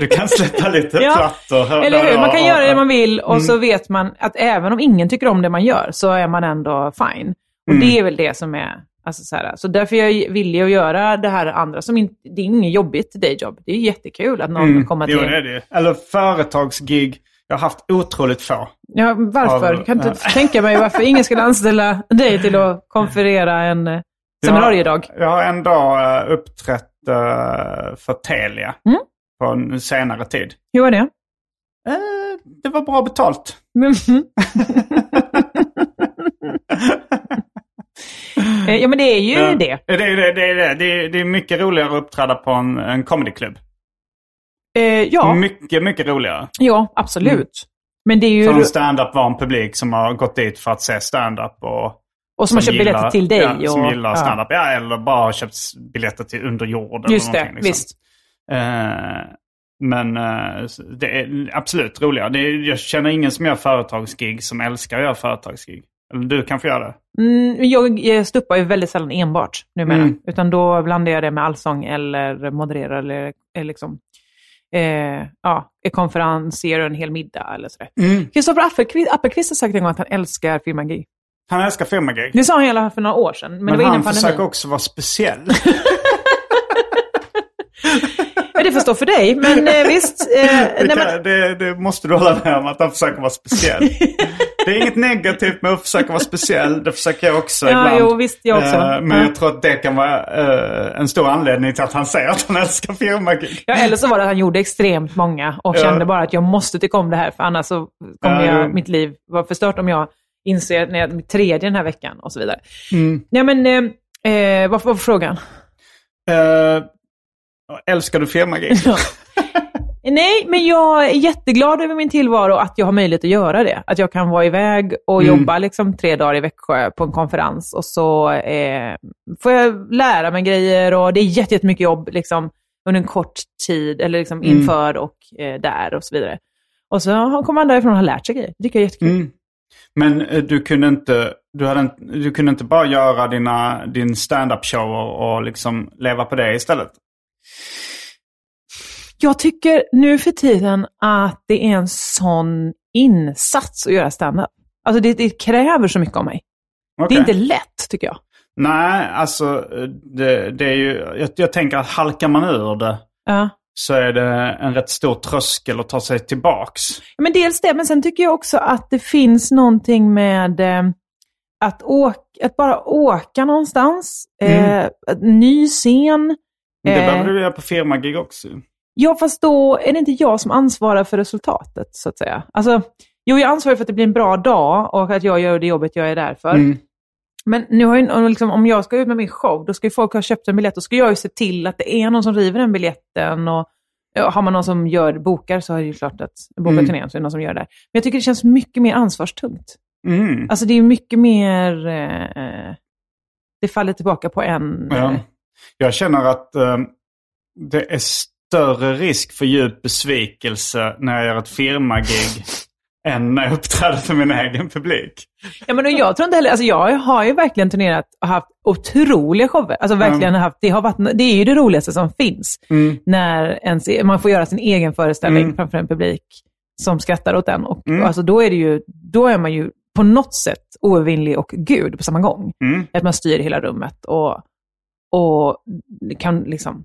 du kan släppa lite Ja, plattor. här Eller och hur? där Man kan och- göra det man vill och Mm. så vet man att även om ingen tycker om det man gör så är man ändå fine. Och Mm. det är väl det som är... Alltså så, här, så därför är jag villig att göra det här andra. Som inte det är inget jobbigt dayjob. Det är jättekul att någon vill komma till. Mm. Jo, det är det ju. Eller företagsgig. Jag har haft otroligt få. Ja, varför? Av- Jag kan inte ja. tänka mig varför ingen skulle anställa dig till att konferera en eh, seminariedag. Jag, jag har en dag eh, uppträtt eh, för Telia Mm. på en senare tid. Hur var det? Mm. Eh, Det var bra betalt. *laughs* Eh, ja, men det är ju Eh, det. Det, är- det, är- det, är- det, är- det, är- det är mycket roligare att uppträda på en, en comedyklubb. Eh, ja, Mycket, mycket roligare. ja, absolut. Mm. Men det är ju... För en stand-up var en publik som har gått dit för att se stand-up och Och som har köpt gillar- biljetter till dig. Ja, som och, gillar ja. stand-up. Ja. eller bara har köpt biljetter till Under jord. Just eller det, någonting, liksom. visst. Eh, men eh, det är absolut roligare. Det är, jag känner ingen som gör företagsgig som älskar att göra företagsgig. Eller du kanske gör det? Mm, jag eh, stuppar ju väldigt sällan enbart numera. Mm. Utan då blandar jag det med allsång eller modererar eller, eller liksom, eh, ja, en konferens, ger en hel middag eller sådär. Kristoffer Appelqvist, Appelqvist har sagt en gång att han älskar firmagig. Han älskar firmagig. Det sa han i alla fall för några år sedan, men, Men, det var han innan försöker pandemin. också vara *laughs* speciell. Ja, det förstår för dig, men eh, visst. *laughs* Eh, det, nej, men, kan- det, det måste du hålla med om, att han försöker vara speciell. *laughs* det är inget negativt med att försöka vara speciell. Det försöker jag också Ja, ibland. jo, visst, jag också. Eh, men Ja. jag tror att det kan vara eh, en stor anledning till att han säger att han älskar firmagig. ja, eller så var det att han gjorde extremt många och Ja. kände bara att jag måste tycka om det här, för annars så kommer Ja, jag, jo. mitt liv vara förstört om jag inser när jag är tredje den här veckan och så vidare. Mm. Nej, men eh, eh, vad vad var frågan? Eh, älskar du firmagig? Nej, men jag är jätteglad över min tillvaro att jag har möjlighet att göra det. Att jag kan vara iväg och Mm. jobba liksom tre dagar i Växjö på en konferens och så eh, får jag lära mig grejer och det är jätte- jättemycket jobb liksom, under en kort tid, eller liksom Mm. inför och eh, där och så vidare. Och så kommer man därifrån och har lärt sig grejer. Det tycker jag är jättekul. Mm. Men eh, du kunde inte, du hade, inte- du kunde inte bara göra dina, din stand-up show och, och liksom leva på det istället? Jag tycker nu för tiden att det är en sån insats att göra standup. Alltså det, det kräver så mycket av mig. Okej. Det är inte lätt, tycker jag. Nej, alltså eh, det, det är ju, jag, jag tänker att halkar man ur det Ja. så är det en rätt stor tröskel att ta sig tillbaks. Ja, Men dels det, men sen tycker jag också att det finns någonting med eh, att, åka, att bara åka någonstans, Mm. eh, att- ny scen. Det Eh. behöver du göra på firmagig också. Ja, fast då är det inte jag som ansvarar för resultatet, så att säga. Alltså, jo, jag ansvarar för att det blir en bra dag och att jag gör det jobbet jag är där för. Mm. Men nu har ju, om liksom, om jag ska ut med min show, då ska ju folk ha köpt en biljett. Då ska jag ju se till att det är någon som river den biljetten. Och, ja, har man någon som gör, bokar så är det ju klart att bokar Mm. turnén så är det någon som gör det. Men jag tycker det känns mycket mer ansvarstungt. Mm. Alltså det är mycket mer... Eh, det faller tillbaka på en... Ja. eh, Jag känner att eh, det är större risk för djup besvikelse när jag gör ett firmagig *laughs* än när jag uppträder för min egen publik. Ja, men och jag tror inte heller, alltså jag har ju verkligen turnerat och haft otroliga shower. Alltså verkligen haft, det, har varit, det är ju det roligaste som finns. När ens, e-, man får göra sin egen föreställning framför en publik som skrattar åt den. Och, och alltså, då, är det ju, då är man ju på något sätt oövervinnlig och gud på samma gång. Mm. Att man styr hela rummet och, och kan liksom,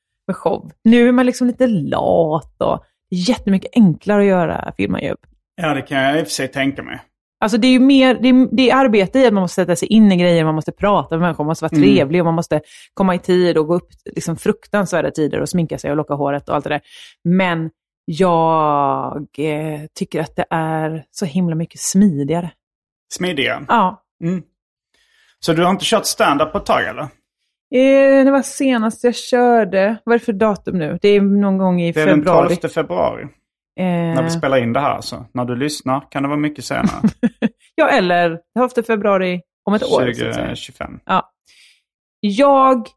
med show. Nu är man liksom lite lat och det är jättemycket enklare att göra filmavjobb. Ja, det kan jag i och för sig tänka mig. Alltså det är ju mer, det är, det är arbete i att man måste sätta sig in i grejer, man måste prata med människor, man måste vara trevlig och man måste komma i tid och gå upp liksom fruktansvärda tider och sminka sig och locka håret och allt det där. Men jag eh, tycker att det är så himla mycket smidigare. Smidiga. Ja. Så du har inte kört stand-up på ett tag eller? Eh, det var senast jag körde, vad är det för datum nu? Det är någon gång i Det är februari. den 12 februari. När vi Eh, spelar in det här så. När du lyssnar kan det vara mycket *laughs* senare. ja, eller 12 februari om ett år. så att säga. 2025. Ja. Jag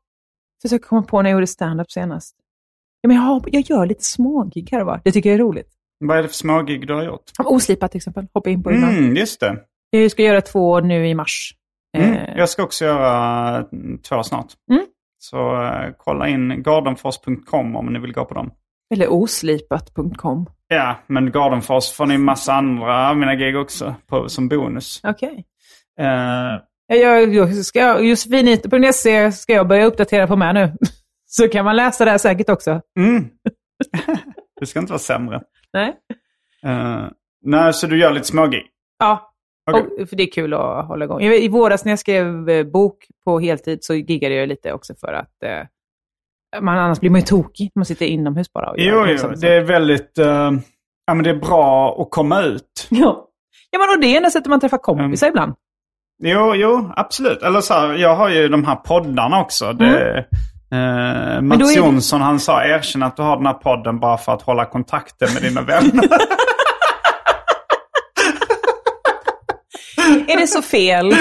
försöker komma på när jag gjorde stand-up senast. Ja, men jag, har, jag gör lite smågig här och var. Det tycker jag är roligt. Vad är det för smågig du har gjort? Oslipat till exempel, hoppa in på det ibland. Mm, just det. Jag ska göra två nu i mars. Mm. Eh, Jag ska också göra eh, två snart. Mm. Så eh, kolla in gardenfors.com om ni vill gå på dem. Eller oslipat.com. Ja, men Gardenfors får ni massa andra av mina gig också på, som bonus. Okej. Eh, Jag gör- jag ska jag- Josefinito.se ska jag börja uppdatera på med nu. *laughs* Så kan man läsa det här säkert också. mm. *laughs* det ska inte vara sämre. Nej? Eh, nej, så du gör lite smågig? Ja, Okej. Och, för det är kul att hålla igång. Jag vet, I våras när jag skrev eh, bok på heltid så giggade jag lite också för att eh, man, annars blir man ju tokig när man sitter inomhus bara. Och Jo, gör liksom jo, samma sak. det är väldigt... eh, ja, men det är bra att komma ut. Ja. ja, men och det är enda sättet man träffar kompisar Mm. ibland. Jo, jo, absolut. Eller så här, jag har ju de här poddarna också. Det, eh, Mm. då Mats är- Jonsson, han sa erkänn att du har den här podden bara för att hålla kontakten med dina *laughs* vänner. Är det så *laughs* fel?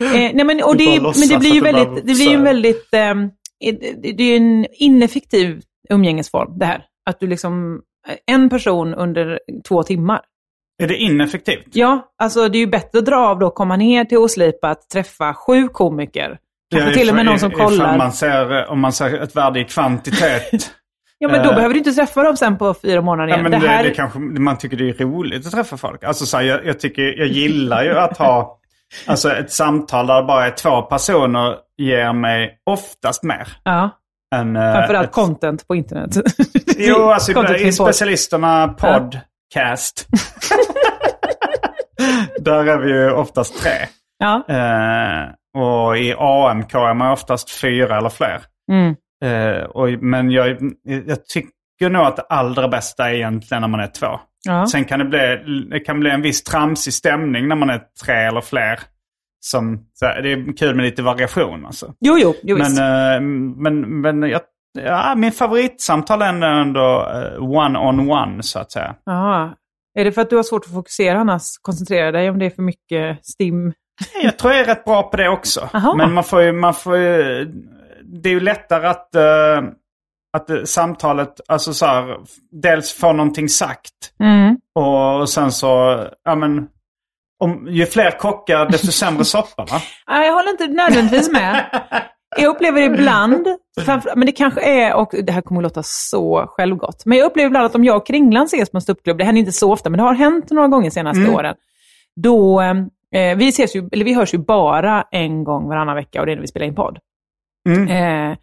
eh, nej, men, och Du bara det, men låtsas det blir ju att det bara väldigt, det blir ju så en här. väldigt ehm, det- det är ju en ineffektiv umgängesform det här. Att du liksom, en person under två timmar. är det ineffektivt? Ja, alltså det är ju bättre att dra av då, komma ner till Oslipat, träffa sju komiker. Kanske Ja, till och med ifall- någon som ifall kollar. Man ser, eh, om man ser ett värde i *laughs* kvantitet. Ja, men då Eh. behöver du inte träffa dem sen på fyra månader ja, igen. men det det här... det, kanske, man tycker det är roligt att träffa folk. Alltså, så här, jag, jag, tycker, jag gillar ju att ha alltså, ett samtal där det bara är två personer ger mig oftast mer. Ja, Än, eh, framförallt ett, content på internet. *laughs* Jo, alltså Content i till podd. specialisterna podcast. *laughs* Där är vi ju oftast tre. Ja, Eh, och i AMK är man oftast fyra eller fler. mm. Eh, och, men jag, jag tycker nog att det allra bästa är egentligen när man är två. ja. Sen kan det, bli, det kan bli en viss tramsig stämning när man är tre eller fler. Som, så här, det är kul med lite variation alltså. Jo, jo, jo Men, visst. eh, men, men jag, ja, min favoritsamtal är ändå eh, one-on-one så att säga. Ja. Är det för att du har svårt att fokusera annars? Koncentrera dig om det är för mycket stim? Jag tror jag är rätt bra på det också. Aha. Men man får ju, man får ju, det är ju lättare att eh, att eh, samtalet, alltså så här, dels får någonting sagt Mm. och sen så, ja men, om, ju fler kockar desto *laughs* sämre soppa va? Nej, jag håller inte nödvändigtvis med. Jag upplever ibland, Mm. framför- men det kanske är, och det här kommer att låta så självgott, men jag upplever ibland att om jag och Kringlan ses på en ståuppklubb, det händer inte så ofta, men det har hänt några gånger de senaste Mm. åren, då, eh, vi, ses ju, eller vi hörs ju bara en gång varannan vecka och det är när vi spelar in podd. Mm. Eh,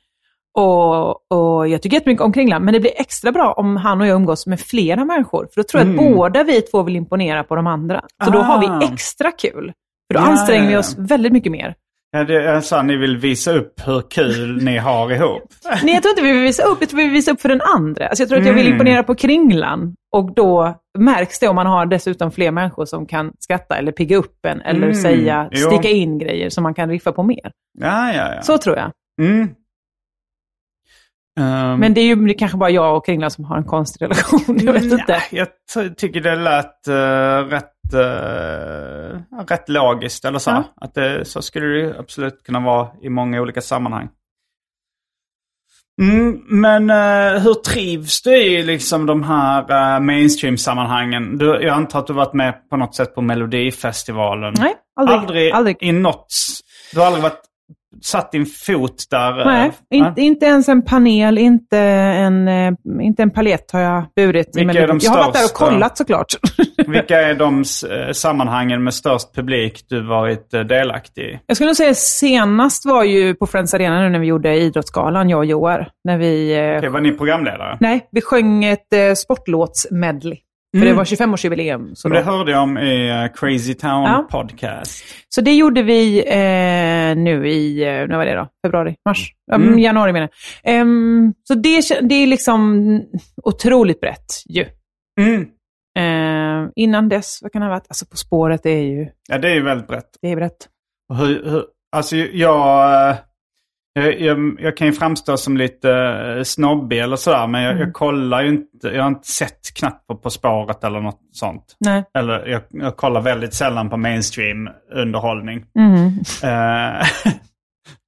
och, och Jag tycker jättemycket om Kringlan, men det blir extra bra om han och jag umgås med flera människor. För då tror jag att båda vi två vill imponera på de andra. Så då har vi Mm. Ah. extra kul. För då Ja, anstränger ja, vi ja. oss väldigt mycket mer. Ja, det är så här, ni vill visa upp hur kul ni har ihop. Nej, jag tror inte vi vill visa upp. Jag tror vi vill visa upp för den andra. Alltså, jag tror att jag vill Mm. imponera på Kringlan. Och då märks det om man har dessutom fler människor som kan skratta eller pigga upp en eller Mm. säga, Jo. sticka in grejer som man kan riffa på mer. Ja, ja, ja. Så tror jag. Mm. Ehm, Men det är ju det är kanske bara jag och Kringlan som har en konstig relation. Jag vet inte. nja, jag ty- tycker det lät eh, rätt, eh, rätt logiskt. Eller så. Ja. Att det, så skulle det ju absolut kunna vara i många olika sammanhang. Mm, men eh, hur trivs du i liksom, de här eh, mainstream-sammanhangen? Du, jag antar att du varit med på något sätt på Melodifestivalen. Nej, aldrig. aldrig, aldrig. i något... s- Du har aldrig varit, satt din fot där? eh, Nej, va? inte, inte ens en panel, inte en, eh, inte en palett har jag burit. i Vilka är de Melodi- jag har varit där och största? kollat såklart. *laughs* Vilka är de s- eh, sammanhangen med störst publik du varit eh, delaktig i? jag skulle nog säga senast var ju på Friends Arena nu när vi gjorde Idrottsgalan, jag och Joar. När vi, eh, Okej, var ni programledare? nej, vi sjöng ett eh, sportlåtsmedley. För det var 25-årsjubileum. Så, Mm. Men det då. hörde jag om i eh, Crazy Town Ja. podcast. så det gjorde vi eh, nu i, eh, när var det då? Februari? Mars? Ja, men Mm. Januari menar jag. Ehm, så det, kän- det är liksom otroligt brett ju. Mm. Ehm, innan dess, vad kan det ha varit? Alltså På spåret är ju Ja, det är ju väldigt brett. Det är brett. Och Hur, hur, alltså, jag, eh, jag, jag, jag kan ju framstå som lite eh, snobbig eller sådär, men jag, Mm. jag kollar ju inte. Jag har inte sett knappt på På spåret eller något sånt. Nej. Eller jag, jag kollar väldigt sällan på mainstream underhållning. Eh, *laughs* nu-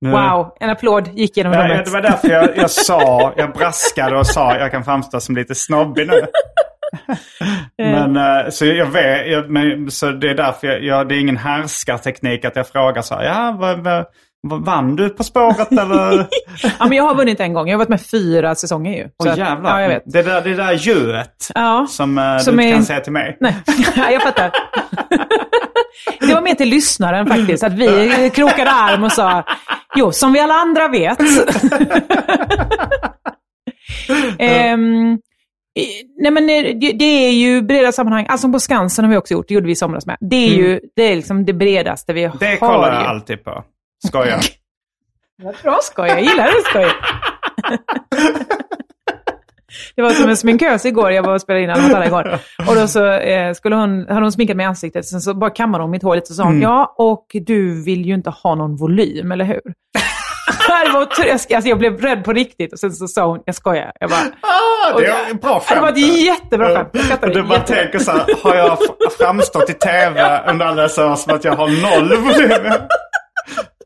Mm. Wow, en applåd gick genom Ja, ja, rummet. det var därför jag, jag sa, jag braskade och sa jag kan framstå som lite snobbig *laughs* nu. Eh. men, eh, så jag vet, jag, men, så det är därför jag, jag, det är ingen härskarteknik att jag frågar så här, ja, vad, vad, vad vann du På spåret *laughs* eller? ja, men jag har vunnit en gång. Jag har varit med fyra säsonger ju. Så Åh att- jävlar, Ja, jag vet. Det, där, det där djuret Ja. som, eh, Som du inte är- kan säga till mig. Nej, Ja, *laughs* jag fattar. det var mer till lyssnaren faktiskt, att vi krokade arm och sa, jo, som vi alla *laughs* andra vet. Ehm, i- Nej men eh, det- det är ju breda sammanhang. Alltså på Skansen har vi också gjort, det gjorde vi i somras med. Det är ju det, är liksom det bredaste vi har. Mm. Det kollar jag ju. alltid på. *laughs* Skojar. Bra skoj, jag gillar det skoj. Det var som en sminkös igår, jag var och spelade in Alma Talla igår. Och då så eh, skulle hon, hade hon sminkat mig i ansiktet, sen så bara kammade hon mitt hår lite och sa Mm. hon, ja och du vill ju inte ha någon volym, eller hur? det var otro- jag, sk- alltså, jag blev rädd på riktigt och sen så sa hon, jag skojar. Jag bara, Ah, det är Och- bra det var skämt. ett jättebra skämt. Jag Och skrattade du Eh, bara jättebra. tänker så här, har jag f- framstått i tv under alla dessa år som att jag har noll volym?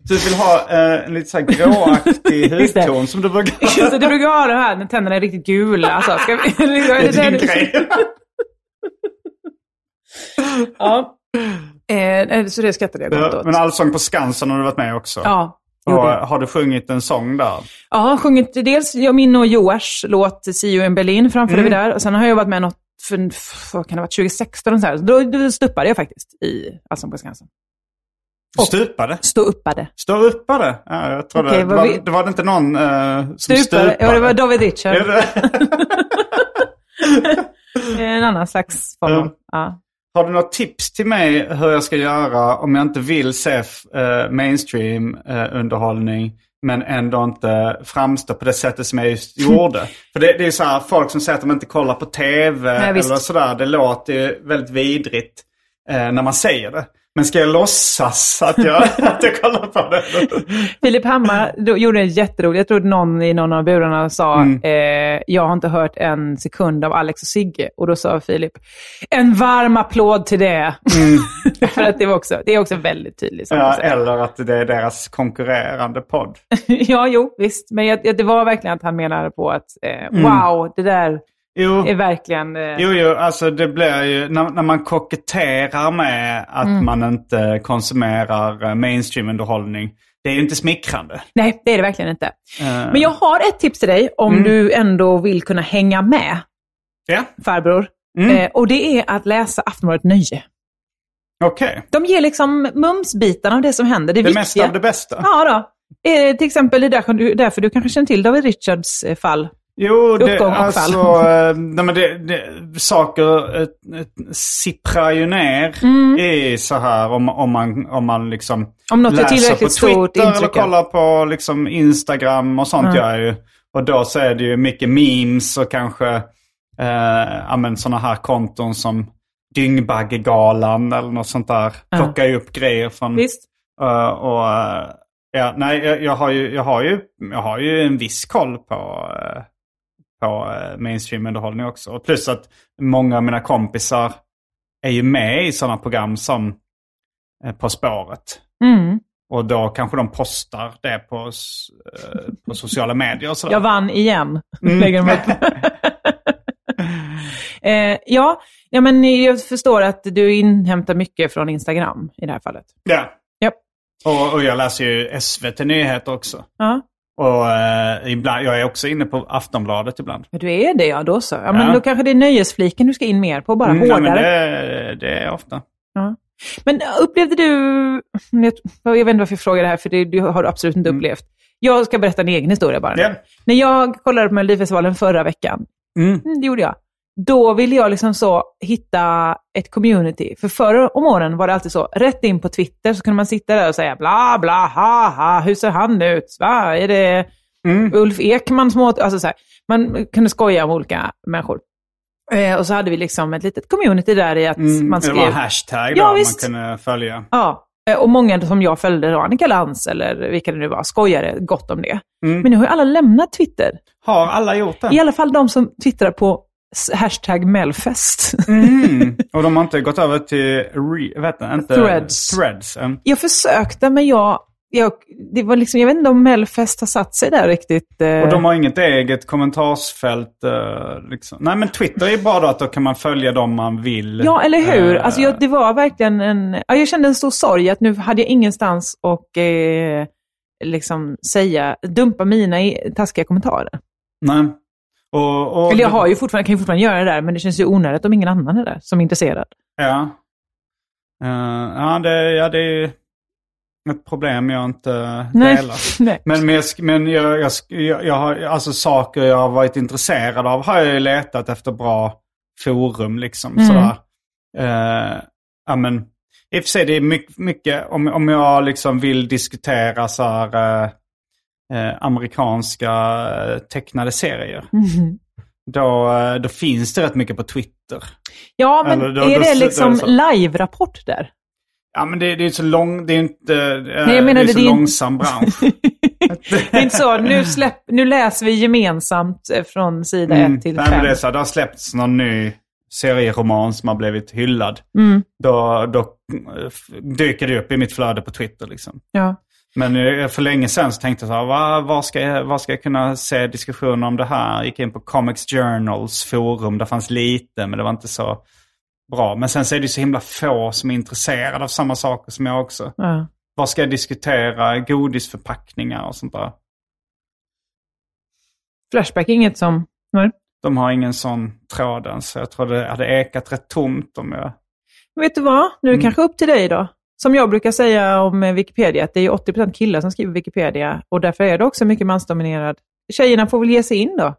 Du vill ha eh, en lite så här gråaktig Just det. hudton som du brukar ha. *laughs* Just det, du brukar ha det här när tänderna är riktigt gula. Alltså, ska vi, *laughs* Det är din grej. Ja. Eh, nej, så det skrattade jag gott åt. Men Allsång på Skansen har du varit med också. Ja, Och, gjorde jag. har du sjungit en sång där? Ja, han har sjungit dels jag, min och Joars låt See you in Berlin framförde vi där. Och sen har jag varit med något, för, för, vad kan det ha varit, 2016 och så här. Så då, då stuppade jag faktiskt i Allsång på Skansen. Och- Stupade? Stå uppade. Stå uppade? Ja, jag trodde, Okej, det, vad var, vi- det var det inte någon eh, som stupade. Stupade. Ja, det var David Richard. Är det- En annan slags form Ja. av... Ja. Har du några tips till mig hur jag ska göra om jag inte vill se eh, mainstream eh, underhållning men ändå inte framstå på det sättet som jag *laughs* just gjorde? För det, det är ju så här, folk som säger att de inte kollar på tv Nej, visst. eller sådär. Det låter ju väldigt vidrigt eh, när man säger det. Men ska jag låtsas att *laughs* jag, att jag kollar på det? Filip Hammar då, gjorde en jätterolig, jag tror någon i någon av burarna sa, Mm. eh, jag har inte hört en sekund av Alex och Sigge. Och då sa Filip, en varm applåd till det. *laughs* För att det, var också, det är också väldigt tydligt. som du Mm. Ja, säger. eller att det är deras konkurrerande podd. *laughs* ja, jo, visst. Men jag, jag, det var verkligen att han menade på att, eh, wow, det där Jo, är verkligen... Eh, Mm. jo, jo alltså det blir ju när, när man koketterar med att Mm. man inte konsumerar eh, mainstream-underhållning. Det är ju inte smickrande. Eh, Nej, det är det verkligen inte. Men jag har ett tips till dig Mm. om du ändå vill kunna hänga med, Ja, Mm, farbror. Eh, och det är att läsa Aftonbladet Nöje. okej. De ger liksom mumsbitarna av det som händer. Det, Det viktiga. mesta av det bästa. Ja, då. Eh, till exempel, det är därför du, därför du kanske känner till David Richards eh, fall. Jo, det, Uppgång och alltså, eh, nej, men det, det, saker eh, eh, sipprar ju ner Mm. i så här om, om, man, om man liksom Om något är tillräckligt på Twitter stort eller intryck, ja. kollar på liksom Instagram och sånt gör jag ju. Och då så är det ju mycket memes och kanske eh, sådana här konton som Dyngbaggegalan eller något sånt där. Plockar ju upp grejer från... Visst? Eh, och, eh, ja, nej, jag, jag, har ju, jag, har ju, jag har ju en viss koll på, eh, på eh, mainstream-underhållning också. Och plus att många av mina kompisar är ju med i sådana program som eh, På spåret. Mm. Och då kanske de postar det på, s- eh, på sociala medier och sådär. Jag vann igen. Mm. Lägger de upp. *laughs* eh, ja, ja, men jag förstår att du inhämtar mycket från Instagram i det här fallet. Ja. Japp. Och, och jag läser ju SVT Nyheter också. Ja. Och eh, ibland, jag är också inne på Aftonbladet ibland. Ja, Du är det, ja. Då så. Ja, men Ja. Då kanske det är nöjesfliken du ska in mer på, bara Mm, ja, hårdare. men men, det, det är ofta. upplevde du... Jag, jag vet inte varför jag frågar det här, för det, det har du absolut inte upplevt. Jag ska berätta en egen historia bara. nu. Mm. Ja. När jag kollade på Melodifestivalen förra veckan, Mm. mm, det gjorde jag, då ville jag liksom så hitta ett community. För förra om åren var det alltid så, rätt in på Twitter så kunde man sitta där och säga bla bla ha ha, hur ser han ut? Va? Är det mm, Ulf Ekman som åt... Alltså så här, man kunde skoja om olika människor. Eh, och så hade vi liksom ett litet community där i att Mm, man Det var skrev... hashtag Ja, då man visst. kunde följa. Ja, eh, och många som jag följde, då, Annika Lantz eller vilka det nu var, skojade gott om det. Mm. Men nu har ju alla lämnat Twitter. Har alla gjort det? I alla fall de som twittrar på s- hashtag Melfest. Mm. Och de har inte gått över till re, vet du, inte, Threads. threads än. Jag försökte, men jag, jag, det var liksom, jag vet inte om Melfest har satt sig där riktigt. eh. Och de har inget eget kommentarsfält. eh, liksom. Nej, men Twitter är bra då att då kan man följa dem man vill. Ja, eller hur? Eh, Alltså jag, det var verkligen en... Ja, jag kände en stor sorg att nu hade jag ingenstans att eh, liksom säga, dumpa mina i- taskiga kommentarer. Nej. Och, och, Eller jag har ju fortfarande, kan ju fortfarande göra det där, men det känns ju onödigt om ingen annan är där som är intresserad. Ja. Eh, ja, det, ja, det är ett problem jag inte Nej. delar. *laughs* Nej. Men, men, jag, sk- men jag, jag, sk- jag, jag har, alltså saker jag har varit intresserad av har jag ju letat efter bra forum liksom. Mm. Sådär. Eh, ja, men, I och för sig det är mycket, mycket om, om jag liksom vill diskutera så här, eh, eh, amerikanska eh, tecknade serier. Mhm. Då, eh, då finns det rätt mycket på Twitter. Ja, men Eller då- då- är då- det då- liksom så. live-rapport där? *laughs* Ja men det, det är ju så lång, det är ju inte, eh, Nej, jag menar det är det- så det är ju- långsam bransch. *laughs* Det är inte så, nu, släpp, nu läser vi gemensamt eh, från sida 1 till Mm. Nej, men 5. det, är så här, det har släppts någon ny serieroman som har blivit hyllad. Mm. Då, då eh, f- dyker det upp i mitt flöde på Twitter. Liksom. Ja. Men eh, för länge sedan så tänkte jag så här, "Va- var ska jag, var ska jag kunna se diskussioner om det här? Gick in på Comics Journals forum, där fanns lite men det var inte så bra. Men sen så är det ju så himla få som är intresserade av samma saker som jag också. Ja. Vad ska jag diskutera? Godisförpackningar och sånt där. Flashback är inget som... Nej. De har ingen sån tråd än, så jag tror det hade ekat rätt tomt om jag Men Vet du vad? Nu är Mm. det kanske upp till dig då. Som jag brukar säga om eh, Wikipedia, att det är ju 80% killar som skriver Wikipedia och därför är det också mycket mansdominerad. Tjejerna får väl ge sig in då.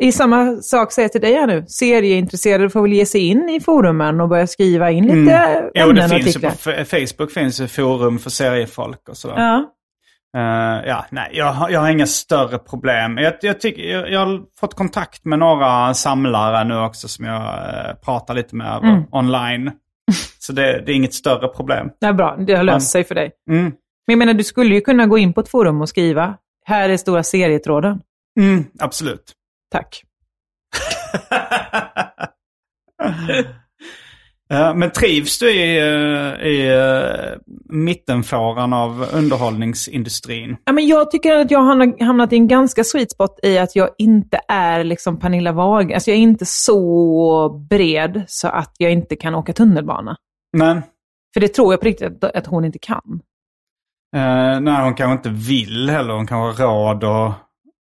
I samma sak säger jag till dig här nu, serieintresserade får väl ge sig in i forumen och börja skriva in lite ämnen Mm. Ja, och det och finns ju på artiklar. F- Facebook finns ju forum för seriefolk och sådär. Ja. Ja. ja, nej, jag, har- jag har inga större problem. Jag, jag, tycker, jag, jag har fått kontakt med några samlare nu också som jag eh, pratar lite med över online. Så det, det är inget större problem. Nej, bra. Det har löst sig för dig. Mm. Men jag menar, du skulle ju kunna gå in på ett forum och skriva, här är stora serietråden. Mm, absolut. Tack. Eh, Men trivs du i, eh, i eh, mittenfåran av underhållningsindustrin? Ja, men jag tycker att jag har hamnat i en ganska sweet spot i att jag inte är liksom Pernilla Wahlgren. Alltså jag är inte så bred så att jag inte kan åka tunnelbana. Men För det tror jag på riktigt att, att hon inte kan. eh, nej, hon kanske inte vill heller. Hon kanske har råd och,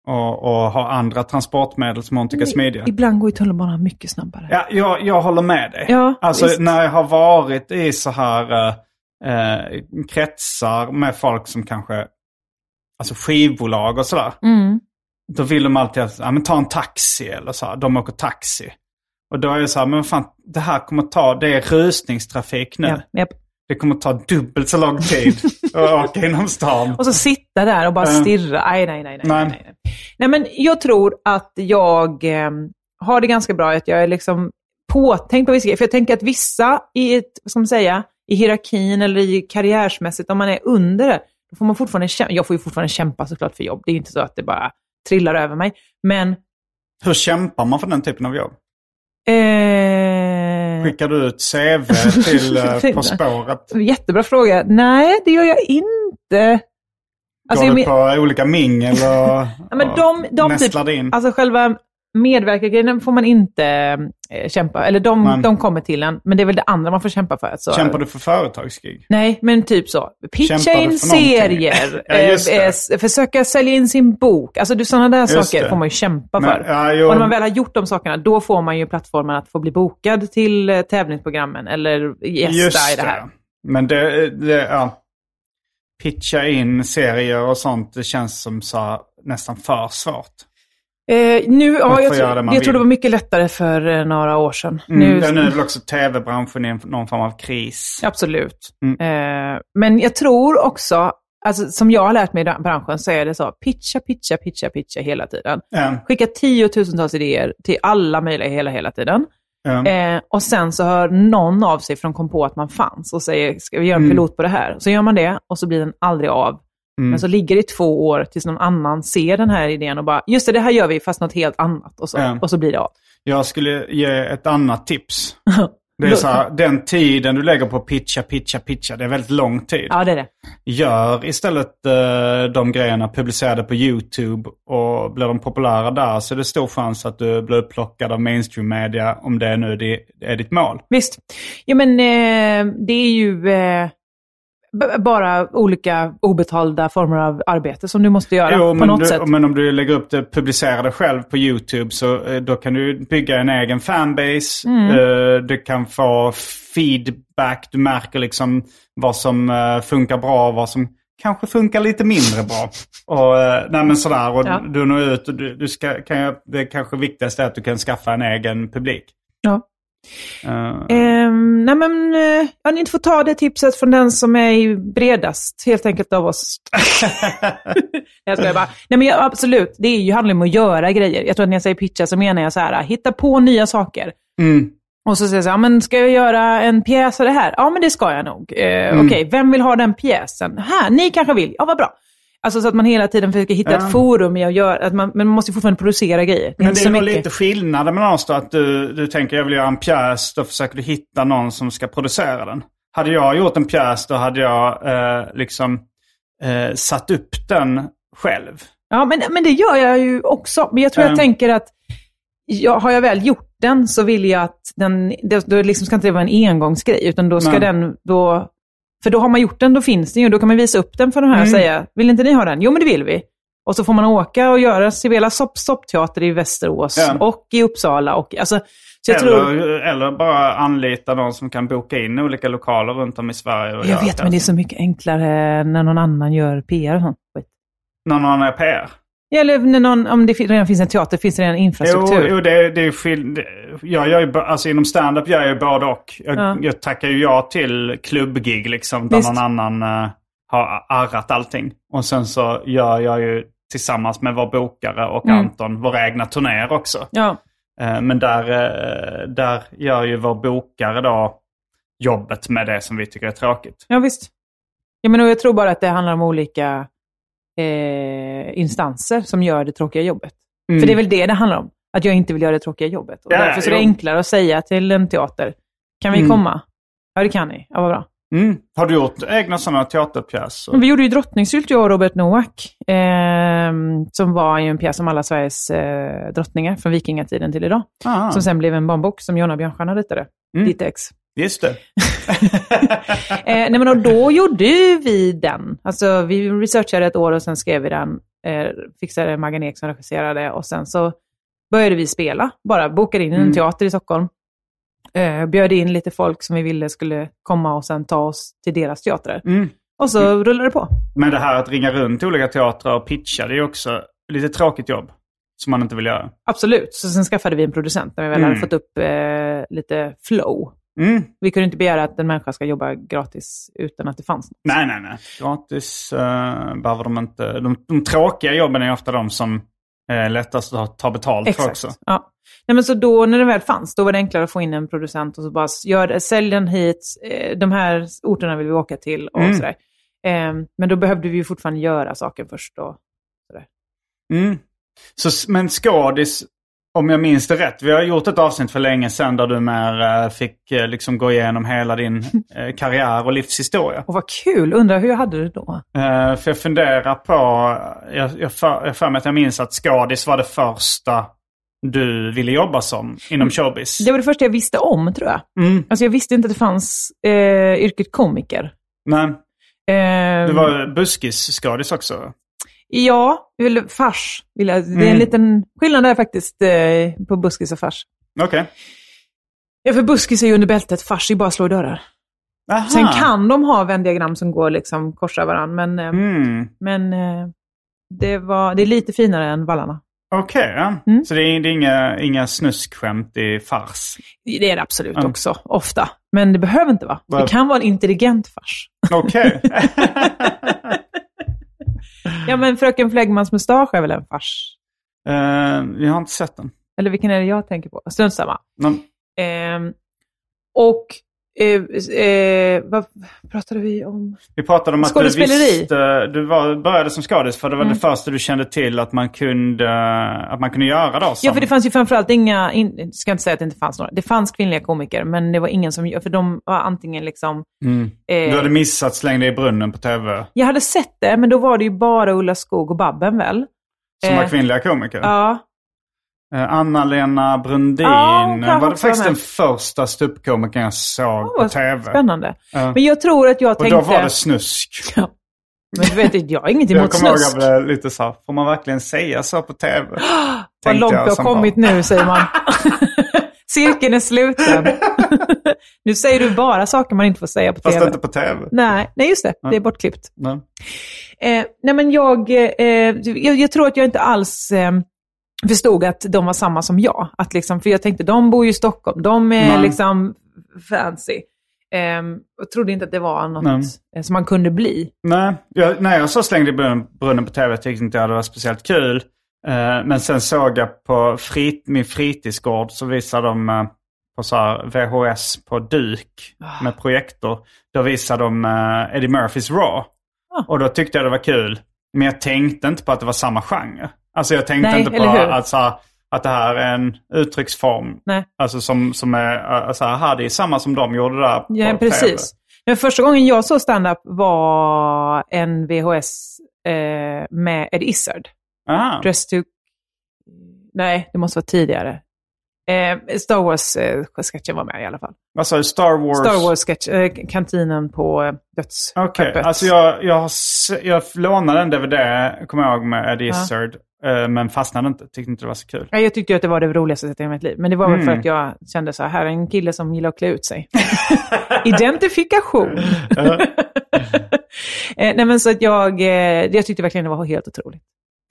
och, och har andra transportmedel som hon tycker är smidiga. Ibland går ju tunnelbanan mycket snabbare. Ja, jag, jag håller med dig. Ja, alltså visst. när jag har varit i så här eh, eh, kretsar med folk som kanske, alltså skivbolag och sådär. Mm. Då vill de alltid att, ja men ta en taxi eller så här, de åker taxi. Och då är jag så här, men vad fan, det här kommer ta, det är rusningstrafik nu. Ja, japp. Det kommer ta dubbelt så lång *laughs* tid att åka inom stan. Och så sitta där och bara stirra. Nej, nej, nej. nej, Nej. nej. nej, nej. nej men jag tror att jag eh, har det ganska bra. Att jag är liksom påtänkt på vissa grejer. För jag tänker att vissa i, ett, vad ska man säga, i hierarkin eller i karriärsmässigt, om man är under det, då får man fortfarande kämpa. Jag får ju fortfarande kämpa såklart för jobb. Det är ju inte så att det bara trillar över mig. Men Hur kämpar man för den typen av jobb? eh, Skickar du ut CV *laughs* till eh, På spåret? Jättebra fråga. Nej, det gör jag inte. Går Alltså, jag du men- på olika mingel och, *laughs* Ja, men och de, de typ, nästlar dig in? alltså själva medverkargrejen får man inte eh, kämpa, eller de, Men- de kommer till en, men det är väl det andra man får kämpa för. Så. Kämpar du för företagsgig? Nej, men typ så. Pitcha Kämpar du in för någonting? serier, *laughs* Ja, just eh, det. eh, s- försöka sälja in sin bok. Alltså du, sådana där saker det. får man ju kämpa Men- för. ja, jo. Och när man väl har gjort de sakerna, då får man ju plattformen att få bli bokad till eh, tävlingsprogrammen eller gästa i det här. Men det, det ja. Pitcha in serier och sånt, det känns som så här, nästan för svårt. Eh, nu, ja, får jag, göra det tror, man jag tror det vill. var mycket lättare för eh, några år sedan. Mm, nu, nu är väl också tv-branschen i en- någon form av kris. Absolut. Eh, men jag tror också, alltså, som jag har lärt mig i den branschen, så är det så, pitcha, pitcha, pitcha, pitcha hela tiden. Ja, Skicka tiotusentals idéer till alla möjliga hela, hela tiden. ja. Eh, och sen så hör någon av sig för de kom på att man fanns och säger, ska vi göra en pilot på det här? Så gör man det och så blir den aldrig av. Mm. Men så ligger det i två år tills någon annan ser den här idén och bara, just det, det här gör vi fast något helt annat. Och så, Ja. och så blir det av. Jag skulle ge ett annat tips. Det är så här, den tiden du lägger på att pitcha, pitcha, pitcha, det är väldigt lång tid. Ja, det är det. Gör istället eh, de grejerna publicerade på YouTube och blir de populära där så är det stor chans att du blir upplockad av mainstream media om det nu det är ditt mål. Visst. Ja, men eh, det är ju eh, b- bara olika obetalda former av arbete som du måste göra Jo, på men, något du, sätt. men om du lägger upp det, publicerar det själv på YouTube så eh, då kan du bygga en egen fanbase. Mm. Eh, Du kan få feedback. Du märker liksom vad som eh, funkar bra och vad som kanske funkar lite mindre bra. Och, eh, nej men sådär. Och Ja. du når ut och du, du ska, kan ju, det kanske viktigaste är att du kan skaffa en egen publik. Ja. Eh, Ehm, nej, men eh, ja, ni får ta det tipset från den som är ju bredast, helt enkelt, av *laughs* oss. jag skojar bara. Nej, men jag, absolut, det är ju, handlar om att göra grejer. Jag tror att när jag säger pitcha så menar jag så här, hitta på nya saker. Mm. Och så säger jag så här, "Ja, men ska jag göra en pjäs av det här? Ja, men det ska jag nog. Eh, Mm. Okej, vem vill ha den pjäsen? Här, ni kanske vill. Ja, vad bra. Alltså så att man hela tiden försöker hitta ett forum i att göra, att man, men man måste ju fortfarande producera grejer. Det är Men inte det så är nog mycket. lite skillnad mellan oss då, att du, du tänker jag vill göra en pjäs, då försöker du hitta någon som ska producera den. Hade jag gjort en pjäs då hade jag eh, liksom eh, satt upp den själv. Ja, men, men det gör jag ju också. Men jag tror jag Mm. tänker att jag, har jag väl gjort den så vill jag att den, det, då liksom ska inte det vara en engångsgrej, utan då ska Nej. den, då, för då har man gjort den, då finns den ju, då kan man visa upp den för de här Mm. och säga, vill inte ni ha den? Jo, men det vill vi. Och så får man åka och göra Sibela sopp, soppteater i Västerås Ja. och i Uppsala. Och, alltså, så jag eller, tror, eller bara anlita någon som kan boka in olika lokaler runt om i Sverige. Och göra jag vet, men det är så mycket enklare när någon annan gör PR och sånt. skit. När någon är PR. Ja, Eller när någon, om det fi- redan finns en teater, finns det redan Jo, infrastruktur. jo, det, det är skillnad. Jag gör ju, b- alltså inom stand-up gör jag ju både och. Jag, Ja. jag tackar ju ja till klubbgig liksom, där Visst. någon annan eh, har arrat allting. Och sen så gör jag ju tillsammans med vår bokare och Anton våra egna turnéer också. Mm. Ja. Eh, men där, eh, där gör ju vår bokare då jobbet med det som vi tycker är tråkigt. Ja, visst. Ja, men och jag tror bara att det handlar om olika eh, instanser som gör det tråkiga jobbet. För det är väl det det handlar om, att jag inte vill göra det tråkiga jobbet. Och Mm. Ja, därför så är det jo. enklare att säga till en teater, kan vi komma? Ja, det kan ni. Ja, vad bra. Mm. Har du gjort egna sådana teaterpjäser? Men vi gjorde ju Drottningsylt, jag och Robert Noack, ehm, som var ju en pjäs om alla Sveriges eh, drottningar från vikingatiden till idag. Ah, Som sen blev en barnbok som Jonna Björnstjärna ritade. Mm. Ditt ex. just *laughs* det. *laughs* Eh, nej, men och då gjorde ju vi den. Alltså, vi researchade ett år och sen skrev vi den. Eh, fixade Maggan Ek som regisserade och sen så började vi spela. Bara bokade in en Mm. teater i Stockholm. Eh, bjöd in lite folk som vi ville skulle komma och sen ta oss till deras teatrar. Mm. Och så rullade det på. Men det här att ringa runt till olika teatrar och pitcha, det är ju också lite tråkigt jobb. Som man inte vill göra. Absolut. Så sen skaffade vi en producent när vi väl Mm. hade fått upp eh, lite flow. Mm. Vi kunde inte begära att en människa ska jobba gratis utan att det fanns något. Nej, nej, nej. Gratis eh, behöver de inte. De, de tråkiga jobben är ofta de som är lättast att ta betalt för också. Ja. Nej, men så då när det väl fanns, då var det enklare att få in en producent och så bara gör, det, sälj den hit, eh, de här orterna vill vi åka till och Mm. sådär. Ehm, men då behövde vi ju fortfarande göra saken först. Och, Mm. Så, s- men skådis, om jag minns det rätt, vi har gjort ett avsnitt för länge sedan där du mer eh, fick eh, liksom gå igenom hela din eh, karriär och livshistoria. och vad kul, undrar hur jag hade det då? Eh, för jag funderar på, jag, jag, för, jag för mig att jag minns att skådis var det första du ville jobba som Mm. inom showbiz. Det var det första jag visste om tror jag. Mm. Alltså jag visste inte att det fanns eh, yrket komiker. Nej, Ehm, du var buskisskådis också. Ja, eller fars. Vill jag, Det är en Mm. liten skillnad där faktiskt eh, på buskis och fars. Okej. Ja, för buskis är ju under bältet, fars är ju bara att slå i dörrar. Aha. Sen kan de ha vändiagram som går liksom korsa varandra, men, eh, Mm. men eh, det, var, det är lite finare än vallarna. Okej, ja. Mm. så det är, det är inga, inga snuskskämt i fars. Det är det absolut Mm. också, ofta. Men det behöver inte vara. Nej. Det kan vara en intelligent fars. *laughs* Okej. Ja, men Fröken Fläggmans mustasch är väl en fars? Eh, vi har inte sett den. Eller vilken är det jag tänker på? Strunt samma. Men, Ehm, och eh, eh, vad pratade vi om? vi pratade om att du Skådespeleri. visste, du var, började som skådis för det var Mm. det första du kände till att man kunde, att man kunde göra då. som- Ja, för det fanns ju framförallt inga, in, jag ska inte säga att det inte fanns några, det fanns kvinnliga komiker, men det var ingen som, för de var antingen liksom... Mm. eh, Du hade missat Släng dig i brunnen på tv Jag hade sett det, men då var det ju bara Ulla Skog och Babben väl? som Eh, var kvinnliga komiker. Ja, Eh, Anna-Lena Brundin eh, Ja, hon var kanske det också faktiskt var den med. första ståuppkomikern jag såg Åh, på vad tv. spännande. Ja. Men jag tror att jag Och tänkte... då var det snusk. Men du vet, jag har ingenting Jag emot kommer ihåg snusk. att eh, jag blev lite så här, får man verkligen säga så på tv? *gasps* Vad tänkte långt jag vi har som kommit nu, säger man. *laughs* Cirkeln *laughs* är sluten. nu säger du bara saker man inte får säga på Fast tv. inte på tv. Nej, nej, just det. Det är bortklippt. Nej. Eh, nej, men jag, eh, jag, jag tror att jag inte alls eh, förstod att de var samma som jag. Att liksom, för jag tänkte, de bor ju i Stockholm, de är Nej. liksom fancy. Eh, och trodde inte att det var något Nej. eh, som man kunde bli. Nej, jag, när jag så slängde i brunnen, brunnen på tv tyckte inte jag det var speciellt kul. Eh, men sen såg jag på frit, min fritidsgård så visade de eh, på så här VHS på duk Ah. med projektor. Då visade de eh, Eddie Murphys Raw. Ah. Och då tyckte jag det var kul. Men jag tänkte inte på att det var samma genre. Alltså jag tänkte Nej, inte på eller hur? att, så här, att det här är en uttrycksform. Nej. Alltså som, som är, eh, så här, här, det är samma som de gjorde där på Ja, TV. precis. Men första gången jag såg stand-up var en VHS eh, med Ed Izzard. Aha. Dress to... Nej, det måste vara tidigare. Eh, Star Wars-sketchen var med i alla fall. Vad sa du? Star Wars? Star Wars-sketch, eh, kantinen på eh, döds... Okej, öppet. alltså jag, jag, har se- jag lånade en DVD, kommer jag ihåg, med Eddie Ja. Izzard. eh, Men fastnade inte, tyckte inte det var så *laughs* kul. Ja, jag tyckte ju att det var det roligaste jag sett i hela mitt liv. Men det var väl för Mm. att jag kände så här, här är en kille som gillar att klä ut sig. *laughs* Identifikation. Ja. Eh, Nej men så att jag, eh, jag tyckte verkligen det var helt otroligt.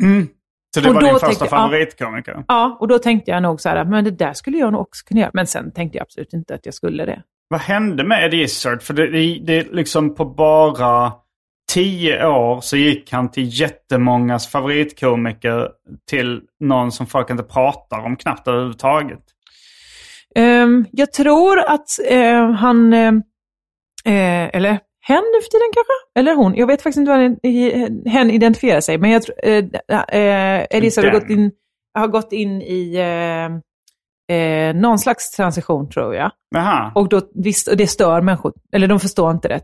Mm. Så det Och var då din tänkte första jag, favoritkomiker? Ja, och då tänkte jag nog så här, men det där skulle jag nog också kunna göra. Men sen tänkte jag absolut inte att jag skulle det. Vad hände med Eddie Izzard? För det, det, det är liksom på bara tio år så gick han till jättemångas favoritkomiker till någon som folk inte pratar om knappt överhuvudtaget. Ehm, jag tror att eh, han, eh, Eh, eller hen nu för tiden kanske? Eller hon? Jag vet faktiskt inte vad hen- i- hen identifierar sig. Men jag tror... Eh, eh, Elisa har Den. gått in, har gått in i eh, eh, någon slags transition tror jag. Jaha. Och, då, visst, och det stör människor. Eller de förstår inte det.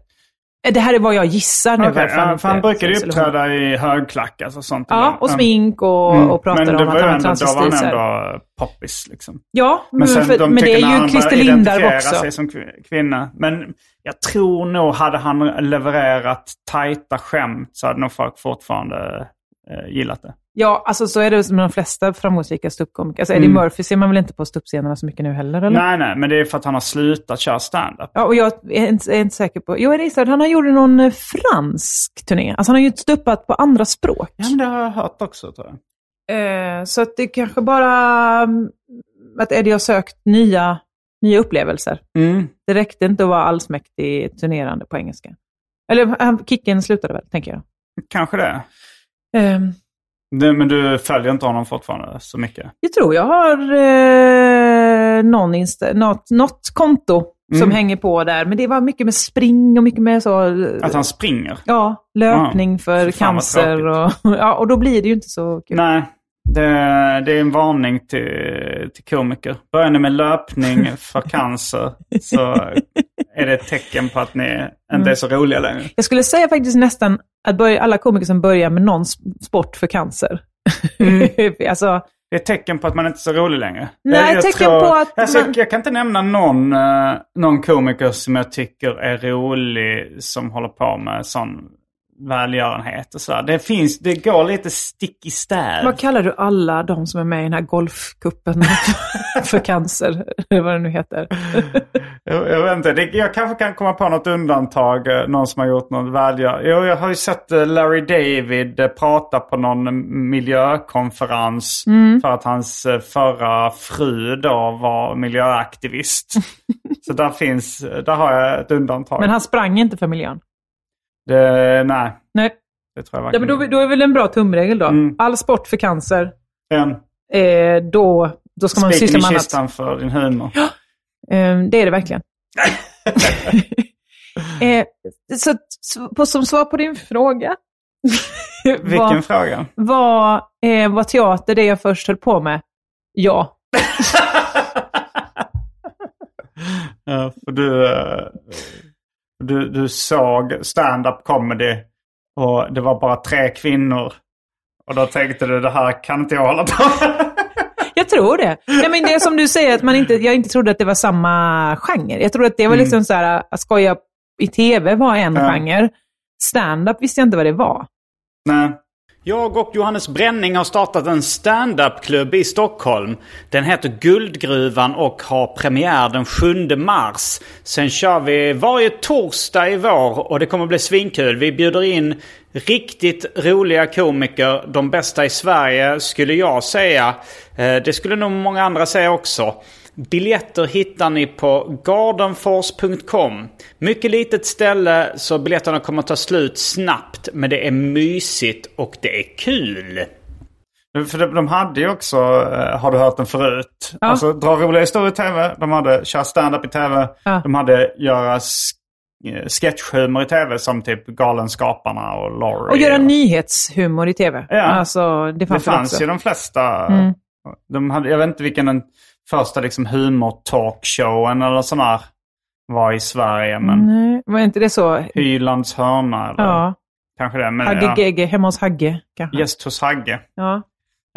Eh, Det här är vad jag gissar nu. Okej, varför ja, inte- för han brukade ju eller hon. uppträda i högklack, alltså sånt. Ja, ibland. och smink och, Mm. och pratade men det om var att ju han var ändå- Då var transvestit. han så här. ändå poppis liksom. Ja, men, Men, sen, för, de men det tycker när är ju han Christer börjar Lindarw identifiera också. sig som kvi- kvinna. Men jag tror nog, hade han levererat tajta skämt så hade nog folk fortfarande eh, gillat det. Ja, alltså så är det med de flesta framgångsrika ståuppkomiker. Alltså Eddie Murphy ser man väl inte på ståuppscenerna så mycket nu heller? Eller? Mm. Nej, nej, men det är för att han har slutat köra stand-up. Ja, och jag är inte, är inte säker på... Jo, jag gissar att han har gjort någon eh, fransk turné. Alltså han har ju stuppat på andra språk. Ja, men det har jag hört också tror jag. Eh, så att det kanske bara mm, att Eddie har sökt nya, nya upplevelser. Mm. Det räckte inte att vara allsmäktig turnerande på engelska. Eller han- Kicken slutade väl, tänker jag. Kanske det. Ehm, Du, men du följer inte honom fortfarande så mycket? Jag tror jag har eh, någon insta- något, något konto som Mm. hänger på där. Men det var mycket med spring och mycket med så... eh, Att han springer? Ja, löpning för Fy fan, vad cancer och... *laughs* Ja, och då blir det ju inte så kul. Nej, det, det är en varning till, till komiker. Börjar ni med *laughs* löpning för cancer så är det ett tecken på att ni Mm. inte är så roliga längre. Jag skulle säga faktiskt nästan att börja, alla komiker som börjar med någon sp- sport för cancer. Mm. *laughs* alltså, Det är ett tecken på att man inte är så rolig längre. Nej, tecken på att alltså, man- jag, jag kan inte nämna någon, eh, någon komiker som jag tycker är rolig som håller på med sån välgörenhet och sådär. Det finns, det går lite stick i stäv. vad kallar du alla de som är med i den här golfkuppen *laughs* för cancer? *laughs* Eller vad det nu heter. Jag, jag vet inte. Det, jag kanske kan komma på något undantag. eh, Någon som har gjort något välgör. Jo, jag har ju sett eh, Larry David eh, prata på någon eh, miljökonferens. Mm. För att hans eh, förra fru då var *laughs* miljöaktivist. Så där finns, eh, där har jag ett undantag. Men han sprang inte för miljön. det, nej, Nej, det tror jag Ja, verkligen men då, då är väl en bra tumregel då. Mm. All sport för cancer, En eh, då, då ska man syssla Spiken i med annat. kistan för din humor. Eh, det är *laughs* det verkligen. eh, så att, så- på, som svar på din fråga. *laughs* Vilken var, fråga? var, eh, var teater det jag först höll på med? Ja. Ja, för du, eh, du, du såg stand-up comedy och det var bara tre kvinnor. Och då tänkte du det här kan inte jag hålla på med. *laughs* Jag tror det. Nej, men det är som du säger, att man inte, jag inte trodde att det var samma genre. Jag trodde att det var liksom så här, att skoja i tv var Mm. en Ja. genre. Stand-up visste jag inte vad det var. Nej. Jag och Johannes Bränning har startat en stand-up-klubb i Stockholm. Den heter Guldgruvan och har premiär den 7 mars. Sen kör vi varje torsdag i vår och det kommer bli svinkul. Vi bjuder in riktigt roliga komiker, de bästa i Sverige skulle jag säga. Eh, Det skulle nog många andra säga också. Biljetter hittar ni på gardenfors.com. Mycket litet ställe så biljetterna kommer ta slut snabbt. Men det är mysigt och det är kul. För de, de hade ju också, eh, har du hört den förut, alltså dra roliga historier i tv. De hade köra stand-up i tv. Ja. De hade göra sk- eh, sketchhumor i tv som typ Galenskaparna och Laurie. Och göra nyhetshumor i tv. Ja. Alltså, det Det fanns, fanns också. ju de flesta. Mm. De hade, jag vet inte vilken den första liksom humor-talkshowen eller sån här var i Sverige. Men Nej, var inte det så? Hylands hörna eller Mm. Ja. kanske det. Men, Hagge ja. Gegge, hemma hos Hagge kanske. Gäst hos Hagge. Ja.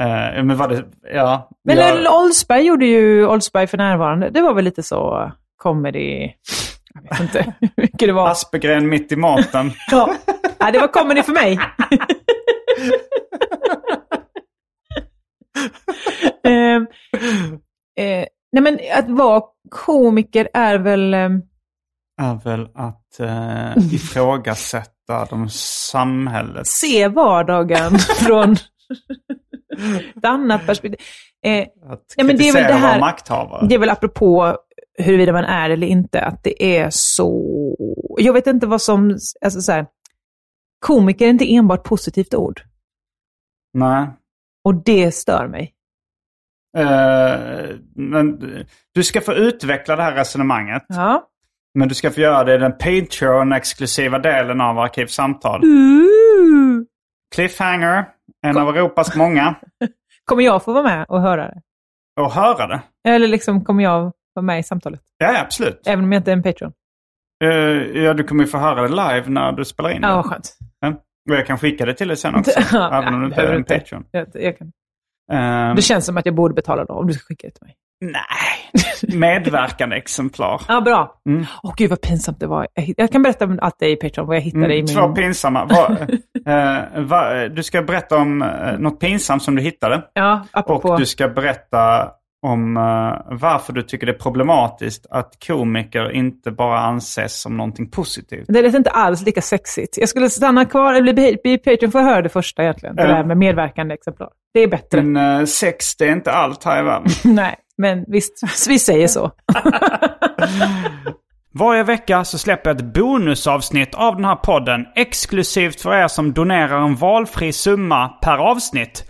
Eh, men var det, ja. Men jag- L- Oldsberg gjorde ju Oldsberg för närvarande. Det var väl lite så uh, comedy... Jag vet inte *laughs* hur mycket det var. Aspegren mitt i maten. *laughs* Ja. Nej, det var comedy för mig. Ehm, eh, nej, men att vara komiker är väl... ehm, är väl att *laughs* eh, ifrågasätta de samhället. se vardagen *laughs* från ett annat perspektiv. Eh, Att Ja, men det är väl kritisera det här- våra makthavare. det är väl apropå huruvida man är eller inte, att det är så... Jag vet inte vad som... Alltså så här, komiker är inte enbart positivt ord. Nej. Och det stör mig. Eh, men du ska få utveckla det här resonemanget. Ja. Men du ska få göra det i den Patreon-exklusiva delen av Arkivsamtal. Mm. Uh. Cliffhanger, en av Europas många. Kommer jag få vara med och höra det? Och höra det. Eller liksom, kommer jag vara med i samtalet? Ja, ja, absolut. Även om jag inte är en Patreon? Eh, ja, du kommer ju få höra det live när du spelar in det. Ja, vad *laughs* skönt. Ja. Och jag kan skicka det till dig sen också. *laughs* Ja, även om du inte är behöver en inte. Patreon. Jag, jag kan. Ehm, Det känns som att jag borde betala då, om du ska skicka det till mig. nej, medverkande exemplar. Ja, bra. Åh Mm. gud vad pinsamt det var. Jag, hitt- jag kan berätta om allt det i Patreon, vad jag hittade i Mm, min... två pinsamma. Va, *laughs* eh, va, du ska berätta om eh, något pinsamt som du hittade. Ja, Och apropå... du ska berätta om eh, varför du tycker det är problematiskt att komiker inte bara anses som någonting positivt. Det lät inte alls lika sexigt. Jag skulle stanna kvar eller bli, bli Patreon för att höra det första egentligen. Det Ja. där med medverkande exemplar. Det är bättre. Men eh, sex, det är inte allt här i världen. Nej, men visst, vi säger så. Varje vecka så släpper jag ett bonusavsnitt av den här podden exklusivt för er som donerar en valfri summa per avsnitt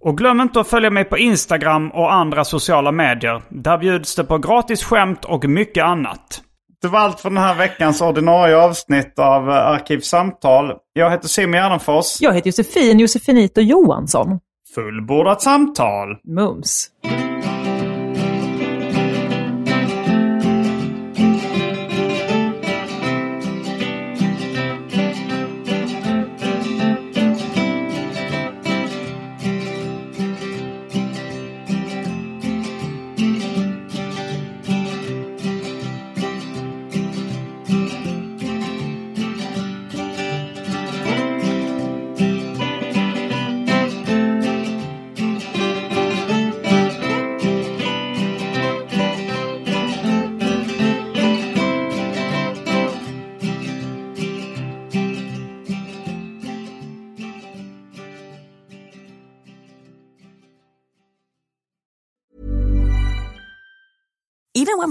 Och glöm inte att följa mig på Instagram och andra sociala medier. Där bjuds det på gratis skämt och mycket annat. Det var allt för den här veckans ordinarie avsnitt av eh, Arkivsamtal. Jag heter Simon Gärdenfors. Jag heter Josefin Josefinito Johansson. Fullbordat samtal! Mums. even when